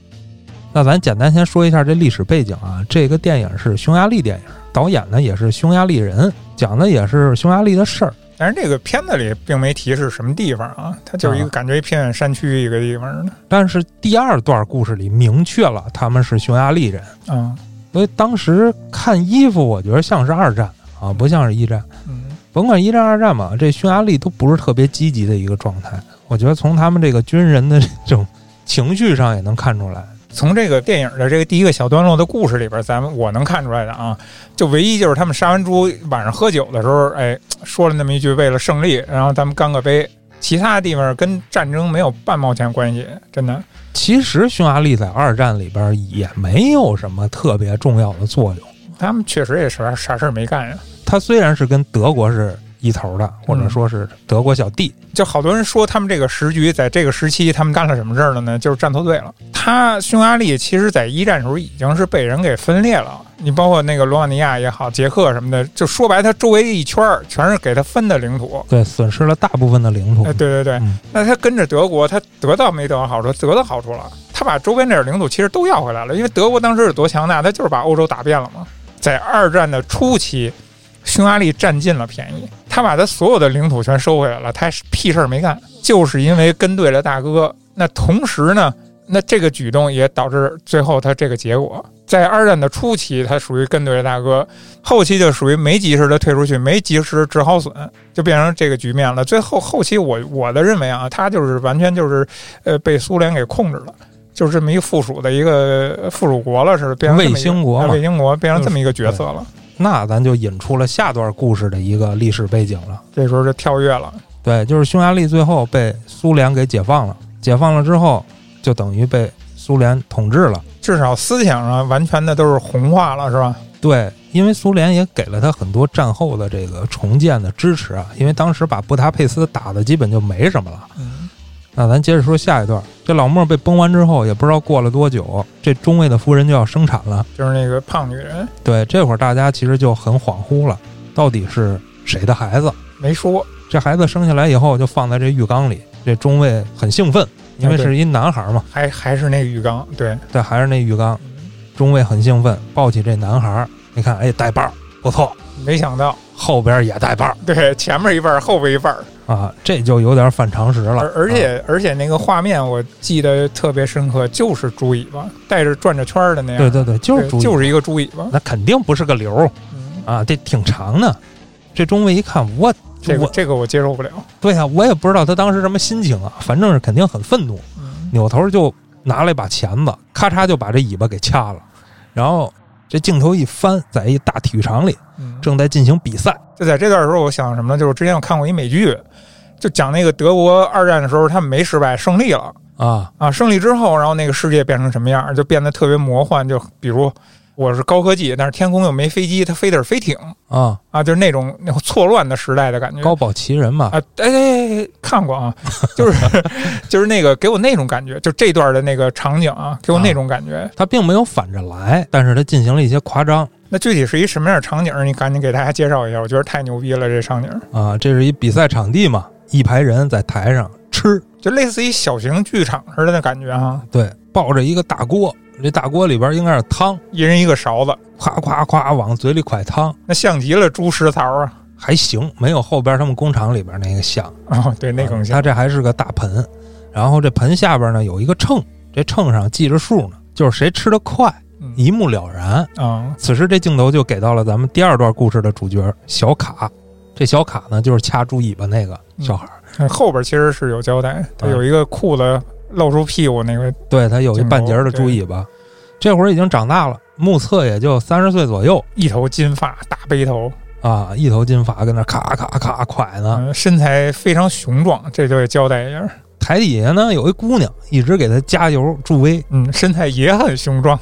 Speaker 2: 那咱简单先说一下这历史背景啊，这个电影是匈牙利电影，导演呢也是匈牙利人，讲的也是匈牙利的事儿。
Speaker 1: 但是这个片子里并没提是什么地方啊，它就是一个
Speaker 2: 啊
Speaker 1: 感觉一偏远山区一个地方的。
Speaker 2: 但是第二段故事里明确了他们是匈牙利人，
Speaker 1: 嗯
Speaker 2: 所以当时看衣服，我觉得像是二战啊，不像是一战。
Speaker 1: 嗯
Speaker 2: 甭管一战二战吧，这匈牙利都不是特别积极的一个状态。我觉得从他们这个军人的这种情绪上也能看出来。
Speaker 1: 从这个电影的这个第一个小段落的故事里边，咱们我能看出来的啊，就唯一就是他们杀完猪晚上喝酒的时候，哎，说了那么一句为了胜利，然后咱们干个杯。其他地方跟战争没有半毛钱关系，真的。
Speaker 2: 其实匈牙利在二战里边也没有什么特别重要的作用。
Speaker 1: 他们确实也啥啥事儿没干呀。啊
Speaker 2: 它虽然是跟德国是一头的，或者说是德国小弟。
Speaker 1: 就好多人说他们这个时局在这个时期他们干了什么事儿了呢？就是站错队了。他匈牙利其实在一战时候已经是被人给分裂了，你包括那个罗马尼亚也好，捷克什么的，就说白，他周围一圈儿全是给他分的领土。
Speaker 2: 对，损失了大部分的领土
Speaker 1: 哎，。对对对，
Speaker 2: 嗯
Speaker 1: 那他跟着德国，他得到没得到好处？得到好处了，他把周边这点领土其实都要回来了，因为德国当时有多强大，他就是把欧洲打遍了嘛。在二战的初期，匈牙利占尽了便宜，他把他所有的领土全收回来了，他屁事儿没干，就是因为跟对了大哥。那同时呢，那这个举动也导致最后他这个结果。在二战的初期，他属于跟对了大哥，后期就属于没及时的退出去，没及时止好损，就变成这个局面了。最后后期我我的认为啊，他就是完全就是呃被苏联给控制了。就是这么一附属的一个呃附属国了，是变成这么一个
Speaker 2: 卫星国嘛
Speaker 1: 啊卫星国变成这么一个角色了。
Speaker 2: 那咱就引出了下段故事的一个历史背景了。
Speaker 1: 这时候就跳跃了，
Speaker 2: 对，就是匈牙利最后被苏联给解放了，解放了之后就等于被苏联统治了。
Speaker 1: 至少思想上完全的都是红化了，是吧？
Speaker 2: 对，因为苏联也给了他很多战后的这个重建的支持啊，因为当时把布达佩斯打的基本就没什么了。
Speaker 1: 嗯，
Speaker 2: 那咱接着说下一段，这老莫被崩完之后，也不知道过了多久，这中尉的夫人就要生产了。
Speaker 1: 就是那个胖女人
Speaker 2: 对，这会儿大家其实就很恍惚了，到底是谁的孩子？
Speaker 1: 没说，
Speaker 2: 这孩子生下来以后就放在这浴缸里，这中尉很兴奋，因为
Speaker 1: 哎对
Speaker 2: 是一男孩嘛，
Speaker 1: 还还是那个浴缸，对，
Speaker 2: 对，还是那浴缸。中尉很兴奋，抱起这男孩儿，你看，哎，带把儿，不错，
Speaker 1: 没想到，
Speaker 2: 后边儿也带把儿
Speaker 1: 对，前面一半儿，后边一半儿，
Speaker 2: 啊，这就有点反常识了。啊嗯
Speaker 1: 而而且、而且那个画面我记得特别深刻，就是猪尾巴带着转着圈儿的那
Speaker 2: 啊
Speaker 1: 样，
Speaker 2: 对对对，就是
Speaker 1: 对，
Speaker 2: 主意
Speaker 1: 就是一个猪尾巴，
Speaker 2: 那肯定不是个瘤儿
Speaker 1: 嗯，
Speaker 2: 啊，这挺长的。这中尉一看，我
Speaker 1: 这个
Speaker 2: 我
Speaker 1: 这个我接受不了，
Speaker 2: 对呀、啊我也不知道他当时什么心情啊，反正是肯定很愤怒，
Speaker 1: 嗯，
Speaker 2: 扭头就拿了一把钳子，咔嚓就把这尾巴给掐了。然后这镜头一翻，在一大体育场里
Speaker 1: 嗯
Speaker 2: 正在进行比赛，
Speaker 1: 就在这段时候，我想什么呢？就是之前我看过一美剧，就讲那个德国二战的时候，他们没失败，胜利了。
Speaker 2: 啊，
Speaker 1: 啊，胜利之后，然后那个世界变成什么样儿，就变得特别魔幻。就比如我是高科技，但是天空又没飞机，它飞的是飞艇
Speaker 2: 啊，
Speaker 1: 啊，就是那种那种错乱的时代的感觉。
Speaker 2: 高保奇人嘛，
Speaker 1: 啊，哎哎哎，看过啊， 就是就是那个给我那种感觉，就这段的那个场景啊，给我那种感觉。
Speaker 2: 他并没有反着来，但是他进行了一些夸张
Speaker 1: 那具体是一什么样的场景儿？你赶紧给大家介绍一下，我觉得太牛逼了，这场景儿
Speaker 2: 啊。这是一比赛场地嘛，一排人在台上吃，
Speaker 1: 就类似于小型剧场似的那感觉啊，
Speaker 2: 对，抱着一个大锅，这大锅里边应该是汤，
Speaker 1: 一人一个勺子，
Speaker 2: 夸夸夸往嘴里蒯汤，
Speaker 1: 那像极了猪食槽啊。
Speaker 2: 还行，没有后边他们工厂里边那个像。
Speaker 1: 哦，对，那更像
Speaker 2: 它这还是个大盆，然后这盆下边呢有一个秤，这秤上记着数呢，就是谁吃的快，
Speaker 1: 嗯
Speaker 2: 一目了然。
Speaker 1: 啊，
Speaker 2: 此时这镜头就给到了咱们第二段故事的主角小卡，这小卡呢就是掐猪尾巴那个小孩儿，
Speaker 1: 嗯后边其实是有交代，它
Speaker 2: 嗯
Speaker 1: 有一个裤子露出屁股那个，
Speaker 2: 对他有一半截儿的猪尾巴，这会儿已经长大了，目测也就三十岁左右
Speaker 1: 一头金发，大背头，
Speaker 2: 啊，一头金发跟那咔咔咔蒯呢。
Speaker 1: 嗯，身材非常雄壮，这就得交代一下，
Speaker 2: 台底下呢有一姑娘一直给他加油助威，
Speaker 1: 嗯，身材也很雄壮，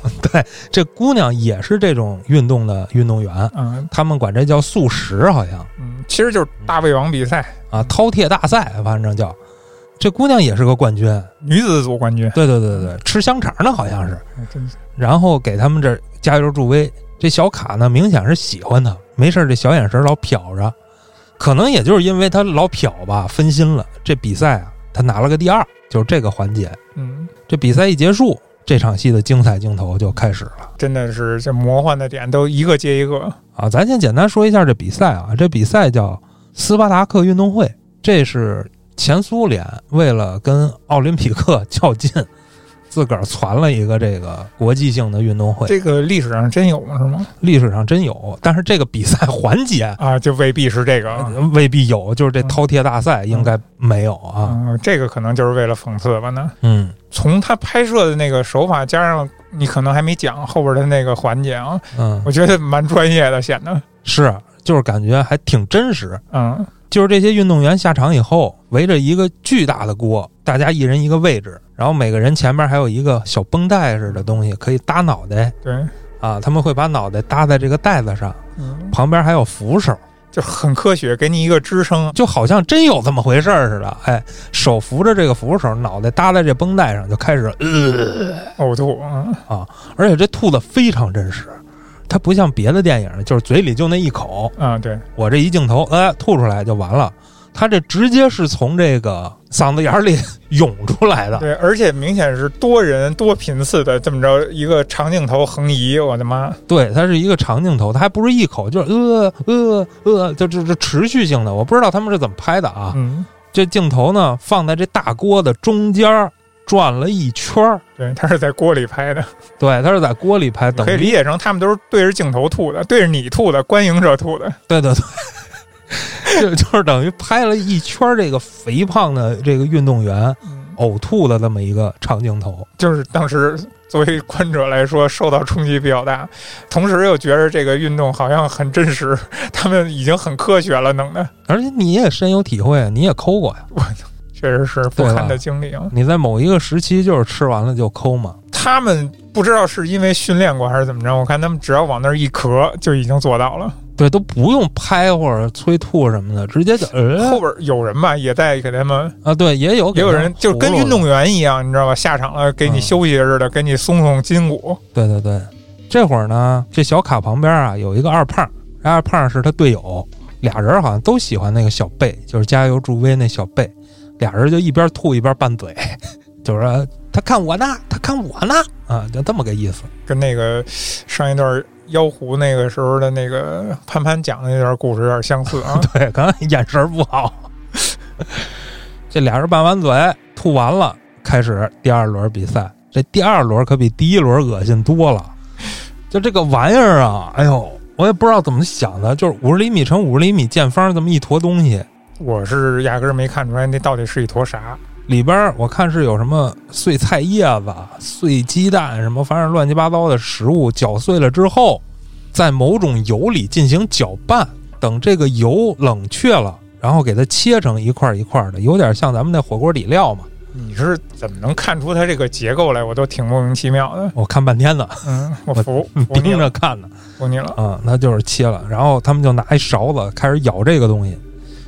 Speaker 2: 这姑娘也是这种运动的运动员，
Speaker 1: 嗯
Speaker 2: 他们管这叫素食好像。
Speaker 1: 嗯，其实就是大胃王比赛，
Speaker 2: 啊，饕餮大赛，反正叫。这姑娘也是个冠军，
Speaker 1: 女子组冠军，
Speaker 2: 对对对对，吃香肠呢好像是。
Speaker 1: 哎真是
Speaker 2: 然后给他们这加油助威，这小卡呢明显是喜欢她，没事儿这小眼神老瞟着，可能也就是因为她老瞟吧，分心了。这比赛啊，她拿了个第二，就是这个环节。
Speaker 1: 嗯，
Speaker 2: 这比赛一结束，这场戏的精彩镜头就开始了
Speaker 1: 真的是这魔幻的点都一个接一个，
Speaker 2: 啊！咱先简单说一下这比赛啊，这比赛叫斯巴达克运动会，这是前苏联为了跟奥林匹克 较劲，自个儿攒了一个这个国际性的运动会，
Speaker 1: 这个历史上真有吗？是吗？
Speaker 2: 历史上真有，但是这个比赛环节
Speaker 1: 啊，就未必是这个啊，
Speaker 2: 呃未必有，就是这饕餮大赛应该没有啊。
Speaker 1: 嗯，这个可能就是为了讽刺吧，那。
Speaker 2: 嗯
Speaker 1: 从他拍摄的那个手法，加上你可能还没讲后边的那个环节啊，
Speaker 2: 嗯
Speaker 1: 我，觉得蛮专业的，显得，
Speaker 2: 是，就是感觉还挺真实。
Speaker 1: 嗯，
Speaker 2: 就是这些运动员下场以后，围着一个巨大的锅，大家一人一个位置，然后每个人前面还有一个小绷带似的东西，可以搭脑袋
Speaker 1: 对，
Speaker 2: 啊。他们会把脑袋搭在这个袋子上，
Speaker 1: 嗯，
Speaker 2: 旁边还有扶手。
Speaker 1: 就是很科学，给你一个支撑。
Speaker 2: 就好像真有这么回事儿似的。哎，手扶着这个扶手，脑袋搭在这绷带上，就开始
Speaker 1: 呕吐，嗯
Speaker 2: 啊！而且这兔子非常真实，它不像别的电影，就是嘴里就那一口，
Speaker 1: 啊，对，
Speaker 2: 我这一镜头，哎，吐出来就完了。它这直接是从这个嗓子眼儿里涌出来的。
Speaker 1: 对，而且明显是多人多频次的这么着一个长镜头横移，我的妈！
Speaker 2: 对，它是一个长镜头，它还不是一口，就是呃呃呃，就这这持续性的。我不知道他们是怎么拍的啊。
Speaker 1: 嗯，
Speaker 2: 这镜头呢放在这大锅的中间儿转了一圈儿，
Speaker 1: 对，他是在锅里拍的，
Speaker 2: 对，它是在锅里拍，等
Speaker 1: 可以
Speaker 2: 于
Speaker 1: 理解成他们都是对着镜头吐的，对着你吐的，观影者吐的。
Speaker 2: 对对 对，就 就是等于拍了一圈儿这个肥胖的这个运动员
Speaker 1: 嗯，
Speaker 2: 呕吐的这么一个长镜头。
Speaker 1: 就是当时作为观者来说，受到冲击比较大，同时又觉得这个运动好像很真实，他们已经很科学了，弄的
Speaker 2: 而且你也深有体会，啊你也抠过呀，
Speaker 1: 确实是不堪的经历啊。
Speaker 2: 你在某一个时期就是吃完了就抠嘛。
Speaker 1: 他们不知道是因为训练过还是怎么着，我看他们只要往那儿一咳就已经做到了。
Speaker 2: 对，都不用拍或者催吐什么的，直接就
Speaker 1: 后
Speaker 2: 呃
Speaker 1: 边有人吧，也在给他们，
Speaker 2: 啊，对，也有
Speaker 1: 也有人就是跟运动
Speaker 2: 员，
Speaker 1: 员一样，你知道吧？下场了给你
Speaker 2: 嗯
Speaker 1: 休息似的，给你松松筋骨。
Speaker 2: 对对对。这会儿呢，这小卡旁边啊有一个二胖，这二胖是他队友，俩人好像都喜欢那个小贝，就是加油助威那小贝，俩人就一边吐一边拌嘴， 就是说他看我呢，他看我呢，啊，就这么个意思。
Speaker 1: 跟那个上一段妖狐那个时候的那个潘潘讲的那段故事有点相似 啊。
Speaker 2: 对，刚才眼神不好。 这俩人拌完嘴，吐完了，开始第二轮比赛。这第二轮可比第一轮恶心多了。就这个玩意儿啊，哎呦，我也不知道怎么想的，就是五十厘米乘五十厘米见方这么一坨东西，
Speaker 1: 我是压根儿没看出来那到底是一坨啥。
Speaker 2: 里边儿我看是有什么碎菜叶子、碎鸡蛋什么，反正乱七八糟的食物搅碎了之后，在某种油里进行搅拌，等这个油冷却了，然后给它切成一块儿一块儿的，有点像咱们那火锅底料嘛。
Speaker 1: 你是怎么能看出它这个结构来？我都挺莫名其妙的。
Speaker 2: 我看半天呢，
Speaker 1: 嗯，我服，服你
Speaker 2: 盯
Speaker 1: 了，
Speaker 2: 着看呢。
Speaker 1: 服你了。
Speaker 2: 啊、那就是切了，然后他们就拿一勺子开始舀这个东西，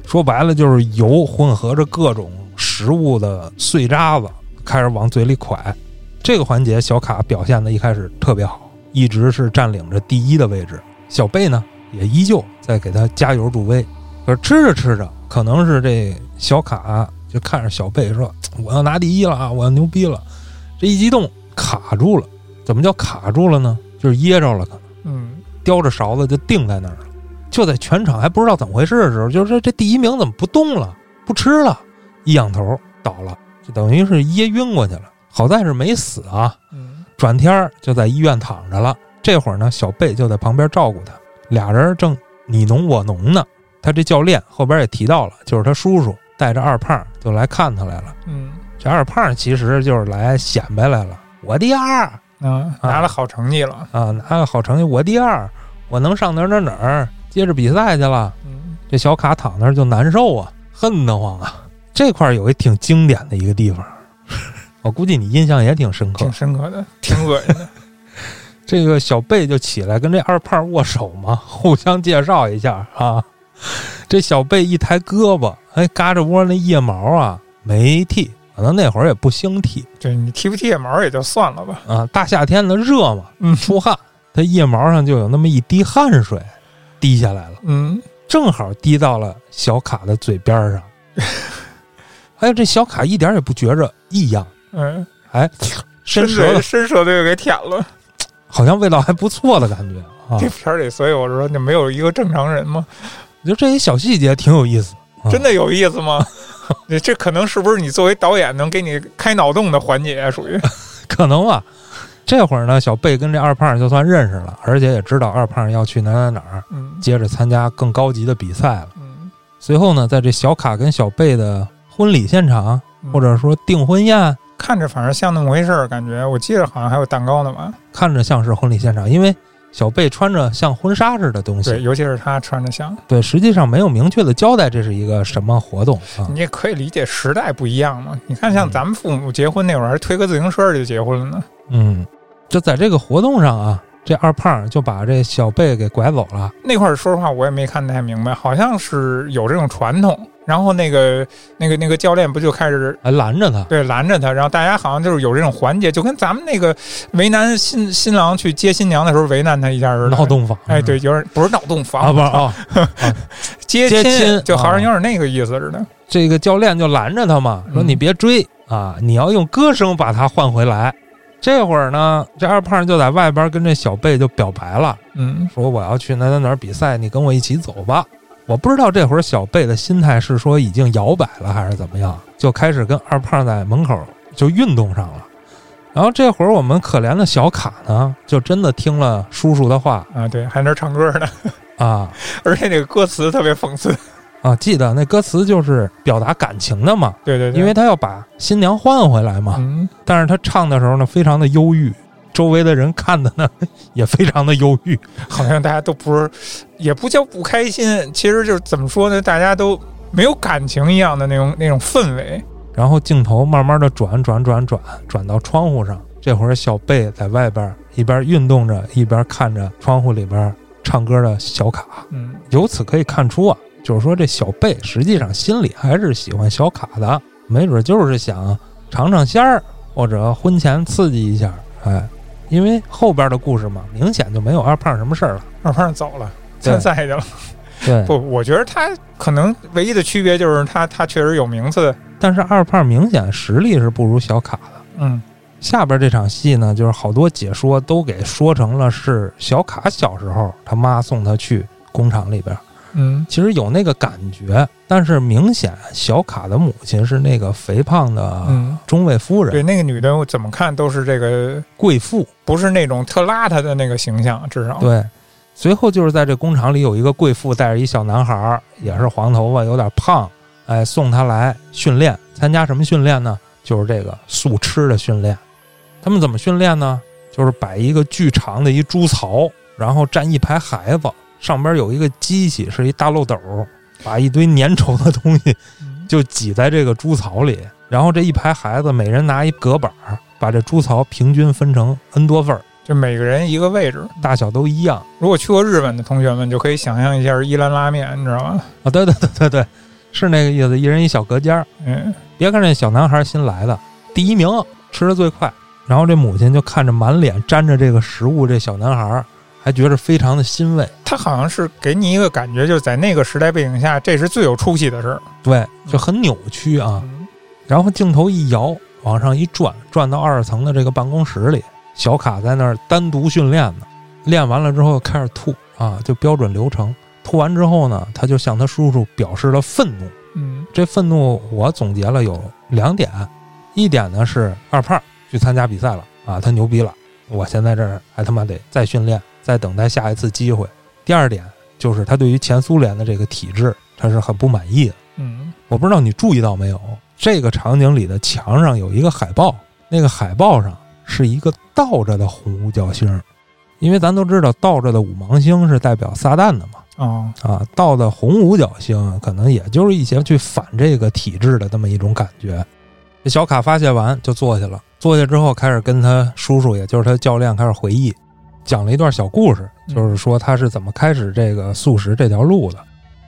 Speaker 2: 说白了就是油混合着各种食物的碎渣子，开始往嘴里蒯。这个环节，小卡表现的一开始特别好，一直是占领着第一的位置。小贝呢，也依旧在给他加油助威。可是吃着吃着，可能是这小卡就看着小贝说：“我要拿第一了啊，我要牛逼了！”这一激动卡住了，怎么叫卡住了呢？就是噎着了，可能。
Speaker 1: 嗯，
Speaker 2: 叼着勺子就定在那儿了。就在全场还不知道怎么回事的时候，就是说这第一名怎么不动了，不吃了，一仰头倒了，就等于是噎晕过去了。好在是没死啊，
Speaker 1: 嗯，
Speaker 2: 转天儿就在医院躺着了。这会儿呢，小贝就在旁边照顾他，俩人正你侬我侬呢。他这教练后边也提到了，就是他叔叔带着二胖就来看他来了。
Speaker 1: 嗯，
Speaker 2: 这二胖其实就是来显摆来了，我第二，
Speaker 1: 啊，拿了好成绩了。
Speaker 2: 啊，拿个好成绩，我第二，我能上哪儿哪儿哪儿，接着比赛去了。
Speaker 1: 嗯，
Speaker 2: 这小卡躺那儿就难受啊，恨得慌啊。这块儿有一挺经典的一个地方， 我估计你印象也挺深刻
Speaker 1: 挺。深刻的，挺恶心的。
Speaker 2: 这个小贝就起来跟这二胖握手嘛，互相介绍一下啊。这小贝一抬胳膊，哎，嘎着窝那腋毛啊没剃，可能那会儿也不兴剃
Speaker 1: 对你剃不剃腋毛也就算了吧。
Speaker 2: 啊，大夏天的热嘛，
Speaker 1: 嗯
Speaker 2: 出汗，他腋毛上就有那么一滴汗水滴下来了。
Speaker 1: 嗯，
Speaker 2: 正好滴到了小卡的嘴边上。哎，这小卡一点也不觉着异样，
Speaker 1: 嗯，
Speaker 2: 哎，伸
Speaker 1: 伸
Speaker 2: 舌
Speaker 1: 舌啊
Speaker 2: 头，
Speaker 1: 伸舌头又给舔了。
Speaker 2: 好像味道还不错的感觉啊
Speaker 1: 这。片儿里，所以我说你没有一个正常人吗？
Speaker 2: 我觉得这些小细节挺有意思，啊
Speaker 1: 真的有意思 吗？这这可能是不是你作为导演能给你开脑洞的环节，啊属 于
Speaker 2: 可能吧。这会儿呢，小贝跟这二胖就算认识了，而且也知道二胖要去哪儿哪儿哪儿，
Speaker 1: 嗯
Speaker 2: 接着参加更高级的比赛了。
Speaker 1: 嗯，
Speaker 2: 随后呢，在这小卡跟小贝的婚礼现场，
Speaker 1: 嗯
Speaker 2: 或者说订婚宴，
Speaker 1: 看着反正像那么回事儿，感觉我记得好像还有蛋糕呢吧？
Speaker 2: 看着像是婚礼现场，因为小贝穿着像婚纱似的东西
Speaker 1: 对，，尤其是他穿着像，
Speaker 2: 对，实际上没有明确的交代这是一个什么活动啊。
Speaker 1: 你也可以理解时代不一样嘛。你看，
Speaker 2: 嗯
Speaker 1: 像咱们父母结婚那会儿，还推个自行车就结婚了呢。
Speaker 2: 嗯，就在这个活动上啊，这二胖就把这小贝给拐走了。
Speaker 1: 那块儿说实话我也没看太明白，好像是有这种传统。然后那个那个那个教练不就开始
Speaker 2: 还拦着他，
Speaker 1: 对拦着他，然后大家好像就是有这种环节，就跟咱们那个为难新新郎去接新娘的时候为难他一下似的。
Speaker 2: 闹洞房。
Speaker 1: 哎，对，有点不是闹洞房，
Speaker 2: 啊，不是啊，
Speaker 1: 接
Speaker 2: 接亲
Speaker 1: 就好像
Speaker 2: 啊
Speaker 1: 有点那个意思似的。
Speaker 2: 这个教练就拦着他嘛，说
Speaker 1: 嗯
Speaker 2: 你别追、啊，你要用歌声把他换回来。这会儿呢，这二胖就在外边跟这小贝就表白了，
Speaker 1: 嗯，
Speaker 2: 说我要去哪哪哪儿比赛，你跟我一起走吧。我不知道这会儿小贝的心态是说已经摇摆了还是怎么样，就开始跟二胖在门口就运动上了。然后这会儿我们可怜的小卡呢，就真的听了叔叔的话
Speaker 1: 啊，对，还在那儿唱歌呢，
Speaker 2: 啊
Speaker 1: 而且那个歌词特别讽刺。
Speaker 2: 啊，记得那歌词就是表达感情的嘛，
Speaker 1: 对对对，
Speaker 2: 因为他要把新娘换回来嘛。
Speaker 1: 嗯，
Speaker 2: 但是他唱的时候呢，非常的忧郁，周围的人看的呢 也非常的忧郁。
Speaker 1: 好像大家都不是，也不叫不开心，其实就是怎么说呢，大家都没有感情一样的那种那种氛围。
Speaker 2: 然后镜头慢慢的转转转转转到窗户上，这会儿小贝在外边儿一边运动着，一边看着窗户里边儿唱歌的小卡。
Speaker 1: 嗯，
Speaker 2: 由此可以看出啊，就是说这小贝实际上心里还是喜欢小卡的，没准就是想尝尝鲜儿，或者婚前刺激一下。哎，因为后边的故事嘛，明显就没有二胖什么事儿了。
Speaker 1: 二胖走了，
Speaker 2: 对
Speaker 1: 参赛去了。
Speaker 2: 对，
Speaker 1: 不，我觉得他可能唯一的区别就是他他确实有名次。
Speaker 2: 但是二胖明显实力是不如小卡的。
Speaker 1: 嗯，
Speaker 2: 下边这场戏呢，就是好多解说都给说成了是小卡小时候他妈送他去工厂里边，
Speaker 1: 嗯，
Speaker 2: 其实有那个感觉，但是明显小卡的母亲是那个肥胖的
Speaker 1: 嗯，
Speaker 2: 中尉夫人、
Speaker 1: 对，那个女的我怎么看都是这个，
Speaker 2: 贵妇，
Speaker 1: 不是那种特邋遢的那个形象，至少。
Speaker 2: 对。随后就是在这工厂里有一个贵妇带着一小男孩儿，也是黄头发，有点胖，哎，送他来训练，参加什么训练呢？就是这个素吃的训练。他们怎么训练呢？就是摆一个巨长的一猪槽，然后站一排孩子，上边有一个机器，是一大漏斗，把一堆粘稠的东西
Speaker 1: 嗯
Speaker 2: 就挤在这个猪槽里，然后这一排孩子每人拿一隔板儿，把这猪槽平均分成 n 多份儿，
Speaker 1: 就每个人一个位置。
Speaker 2: 大小都一样。
Speaker 1: 如果去过日本的同学们，就可以想象一下伊兰拉面，你知道吗？
Speaker 2: 啊，对对对对对，是那个意思，一人一小隔间儿。
Speaker 1: 嗯，
Speaker 2: 别看这小男孩新来的，第一名吃的最快。然后这母亲就看着满脸沾着这个食物，这小男孩儿还觉着非常的欣慰。
Speaker 1: 他好像是给你一个感觉，就是在那个时代背景下，这是最有出息的事儿。
Speaker 2: 对，就很扭曲啊。
Speaker 1: 嗯
Speaker 2: 然后镜头一摇，往上一转，转到二层的这个办公室里，小卡在那儿单独训练呢。练完了之后开始吐啊，就标准流程。吐完之后呢，他就向他叔叔表示了愤怒。
Speaker 1: 嗯
Speaker 2: 这愤怒我总结了有两点，一点呢是二胖去参加比赛了啊，他牛逼了，我现在这儿还他妈得再训练，再等待下一次机会。第二点就是他对于前苏联的这个体制，他是很不满意的。
Speaker 1: 嗯，
Speaker 2: 我不知道你注意到没有，这个场景里的墙上有一个海报，那个海报上是一个倒着的红五角星，因为咱都知道倒着的五芒星是代表撒旦的嘛。
Speaker 1: 哦，
Speaker 2: 啊，到的红五角星啊可能也就是一些去反这个体制的这么一种感觉。这小卡发泄完就坐下了，坐下之后开始跟他叔叔，也就是他教练开始回忆，讲了一段小故事，
Speaker 1: 嗯
Speaker 2: 就是说他是怎么开始这个素食这条路的。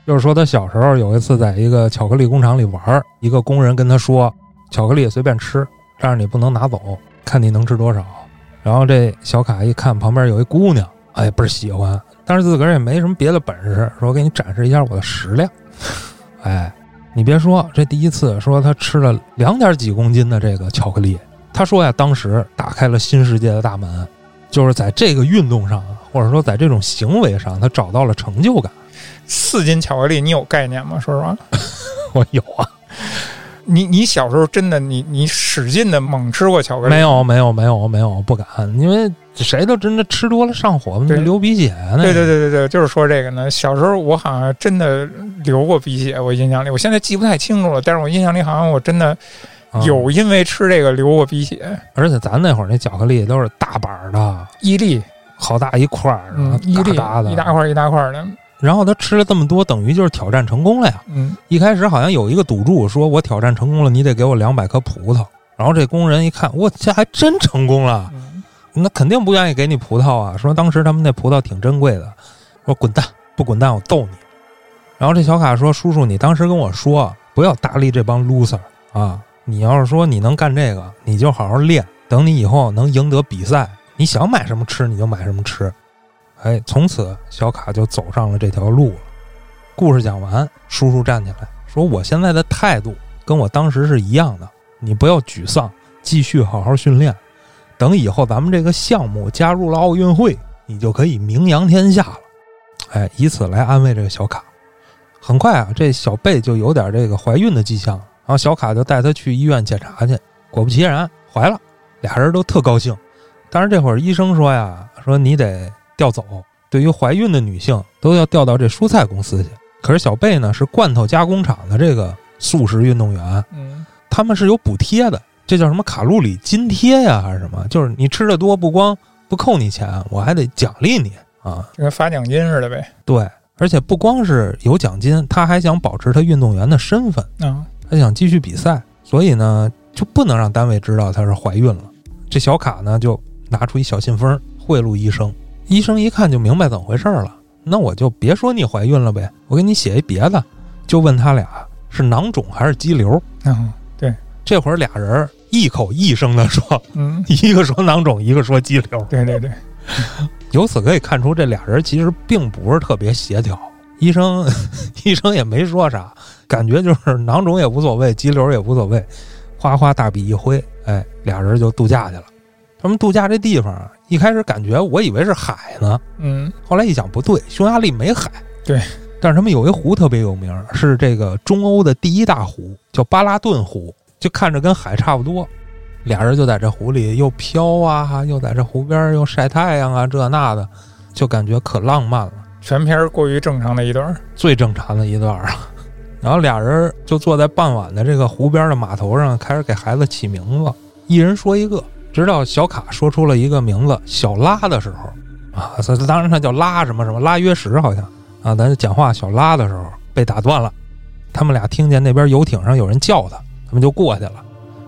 Speaker 2: 就是说他小时候有一次在一个巧克力工厂里玩儿，一个工人跟他说，巧克力随便吃，但是你不能拿走，看你能吃多少。然后这小卡一看旁边有一姑娘，哎，倍儿喜欢，但是自个儿也没什么别的本事，说给你展示一下我的食量。哎，你别说，这第一次说他吃了两点几公斤的这个巧克力，他说呀，当时打开了新世界的大门，就是在这个运动上，啊或者说在这种行为上，他找到了成就感。
Speaker 1: 四斤巧克力，你有概念吗？说实话，
Speaker 2: 我有啊，
Speaker 1: 你你小时候真的你你使劲的猛吃过巧克力？
Speaker 2: 没。有，没有，没有，没有，不敢，因为谁都真的吃多了上火，
Speaker 1: 对
Speaker 2: 流鼻血啊呢。
Speaker 1: 对对对对对，就是说这个呢。小时候我好像真的流过鼻血，我印象里，我现在记不太清楚了，但是我印象里好像我真的
Speaker 2: 啊
Speaker 1: 有因为吃这个流过鼻血，
Speaker 2: 而且咱那会儿那巧克力都是大板儿的，
Speaker 1: 伊利，
Speaker 2: 好大一块儿，然后
Speaker 1: 嗯，伊利，
Speaker 2: 大大的
Speaker 1: 一大块儿一大块儿的，
Speaker 2: 然后他吃了这么多，等于就是挑战成功了呀。
Speaker 1: 嗯
Speaker 2: 一开始好像有一个赌注，说我挑战成功了，你得给我两百颗葡萄。然后这工人一看，我这还真成功了，啊
Speaker 1: 嗯
Speaker 2: 那肯定不愿意给你葡萄啊。说当时他们那葡萄挺珍贵的，说滚蛋，不滚蛋我揍你。然后这小卡说：“叔叔，你当时跟我说不要搭理这帮 loser 啊，你要是说你能干这个，你就好好练，等你以后能赢得比赛，你想买什么吃你就买什么吃。”哎，从此小卡就走上了这条路了。故事讲完，叔叔站起来说：“我现在的态度跟我当时是一样的，你不要沮丧，继续好好训练。等以后咱们这个项目加入了奥运会，你就可以名扬天下了。”哎，以此来安慰这个小卡。很快啊，这小贝就有点这个怀孕的迹象，然后小卡就带她去医院检查去。果不其然，怀了，俩人都特高兴。但是这会儿医生说呀，说你得调走，对于怀孕的女性都要调到这蔬菜公司去。可是小贝呢是罐头加工厂的这个素食运动员，
Speaker 1: 嗯，
Speaker 2: 他们是有补贴的，这叫什么卡路里津贴呀，还是什么？就是你吃的多，不光不扣你钱，我还得奖励你啊。
Speaker 1: 就跟发奖金似的呗。
Speaker 2: 对，而且不光是有奖金，他还想保持他运动员的身份，
Speaker 1: 嗯，
Speaker 2: 他想继续比赛，所以呢就不能让单位知道她是怀孕了。这小卡呢就拿出一小信封贿赂医生，医生一看就明白怎么回事儿了，那我就别说你怀孕了呗，我给你写一别的，就问他俩是囊肿还是肌瘤。
Speaker 1: 嗯
Speaker 2: 这会儿俩人儿异口异声地说，
Speaker 1: 嗯，
Speaker 2: 一个说囊肿，一个说肌瘤。
Speaker 1: 对对对，
Speaker 2: 由此可以看出，这俩人其实并不是特别协调。医生， 医生也没说啥，感觉就是囊肿也无所谓，肌瘤也无所谓，哗哗大笔一挥，哎，俩人就度假去了。他们度假这地方啊，一开始感觉我以为是海呢，
Speaker 1: 嗯
Speaker 2: 后来一想不对，匈牙利没海。
Speaker 1: 对，
Speaker 2: 但是他们有一湖特别有名，是这个中欧的第一大湖，叫巴拉顿湖，就看着跟海差不多。俩人就在这湖里又飘啊，又在这湖边儿又晒太阳啊，这那的，就感觉可浪漫了，
Speaker 1: 全片儿过于正常的一段儿。
Speaker 2: 最正常的一段儿了。 然后俩人就坐在傍晚的这个湖边的码头上，开始给孩子起名字，一人说一个，直到小卡说出了一个名字“小拉”的时候，啊，他当然他叫拉什么什么拉约什好像啊，咱讲话小拉的时候被打断了，他们俩听见那边游艇上有人叫他，他们就过去了。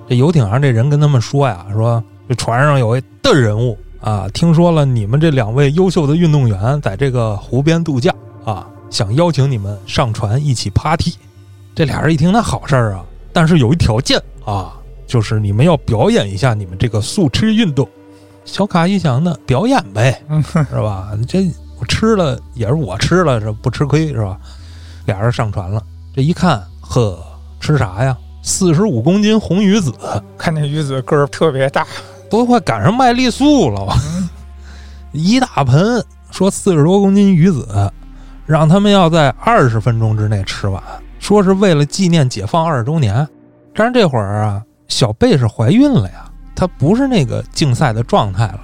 Speaker 2: 这游艇上这人跟他们说呀，说这船上有一的人物啊，听说了你们这两位优秀的运动员在这个湖边度假啊，想邀请你们上船一起 party。这俩人一听，那好事儿啊，但是有一条件啊，就是你们要表演一下你们这个素吃运动。小卡一想呢，表演呗，
Speaker 1: 嗯
Speaker 2: 是吧？这我吃了也是我吃了，这不吃亏是吧？俩人上船了，这一看，呵，吃啥呀？四十五公斤红鱼子，
Speaker 1: 看那鱼子个儿特别大，
Speaker 2: 都快赶上麦丽素了，我一大盆，说四十多公斤鱼子，让他们要在二十分钟之内吃完，说是为了纪念解放二十周年。但是这会儿啊，小贝是怀孕了呀，她不是那个竞赛的状态了，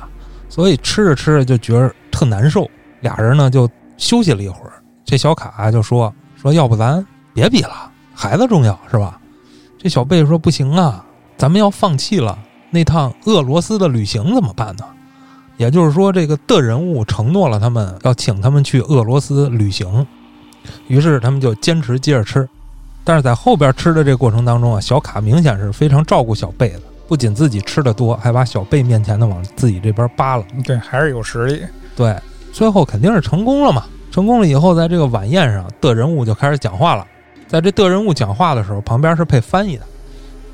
Speaker 2: 所以吃着吃着就觉得特难受。俩人呢就休息了一会儿，这小卡啊就说说要不咱别比了，孩子重要是吧？这小贝说不行啊，咱们要放弃了。那趟俄罗斯的旅行怎么办呢？也就是说，这个的人物承诺了他们要请他们去俄罗斯旅行，于是他们就坚持接着吃。但是在后边吃的这过程当中啊，小卡明显是非常照顾小贝的，不仅自己吃的多，还把小贝面前的往自己这边扒拉。
Speaker 1: 对，还是有实力。
Speaker 2: 对，最后肯定是成功了嘛。成功了以后，在这个晚宴上，的人物就开始讲话了。在这的人物讲话的时候，旁边是配翻译的，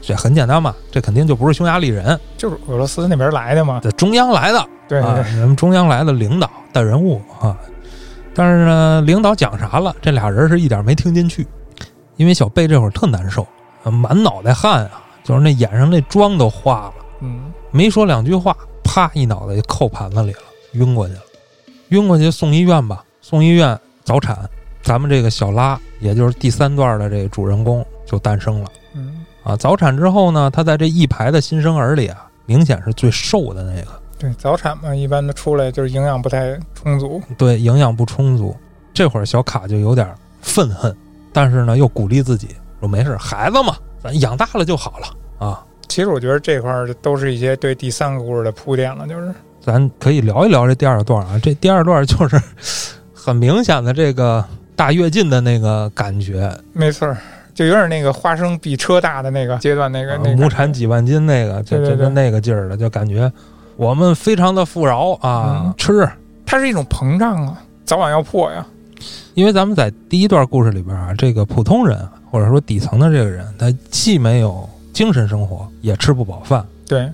Speaker 2: 这很简单嘛，这肯定就不是匈牙利人，
Speaker 1: 就是俄罗斯那边来的嘛。
Speaker 2: 在中央来的。
Speaker 1: 对对
Speaker 2: 啊
Speaker 1: 对，，
Speaker 2: 咱们中央来的领导大人物啊。但是呢，领导讲啥了，这俩人是一点没听进去，因为小贝这会儿特难受，啊满脑袋汗啊，就是那眼上那妆都花了，
Speaker 1: 嗯，
Speaker 2: 没说两句话，啪一脑袋就扣盘子里了，晕过去了，晕过去送医院吧，送医院早产，咱们这个小拉，也就是第三段的这个主人公就诞生了。
Speaker 1: 嗯，
Speaker 2: 啊，早产之后呢，他在这一排的新生儿里啊，明显是最瘦的那个，
Speaker 1: 对，早产嘛，一般都出来就是营养不太充足。
Speaker 2: 对营养不充足。这会儿小卡就有点愤恨，但是呢又鼓励自己说没事，孩子嘛，咱养大了就好了啊。
Speaker 1: 其实我觉得这块儿都是一些对第三个故事的铺垫了，就是
Speaker 2: 咱可以聊一聊这第二段啊，这第二段就是 很明显的这个大跃进的那个感觉，
Speaker 1: 没错儿，就有点那个花生比车大的那个阶段，那个、
Speaker 2: 啊
Speaker 1: 那个
Speaker 2: 亩产几万斤那个，就
Speaker 1: 对对对
Speaker 2: 就跟那个劲儿的，就感觉我们非常的富饶啊，
Speaker 1: 嗯
Speaker 2: 吃，
Speaker 1: 它是一种膨胀啊，早晚要破呀。
Speaker 2: 因为咱们在第一段故事里边啊，这个普通人啊或者说底层的这个人，他既没有精神生活，也吃不饱饭。
Speaker 1: 对，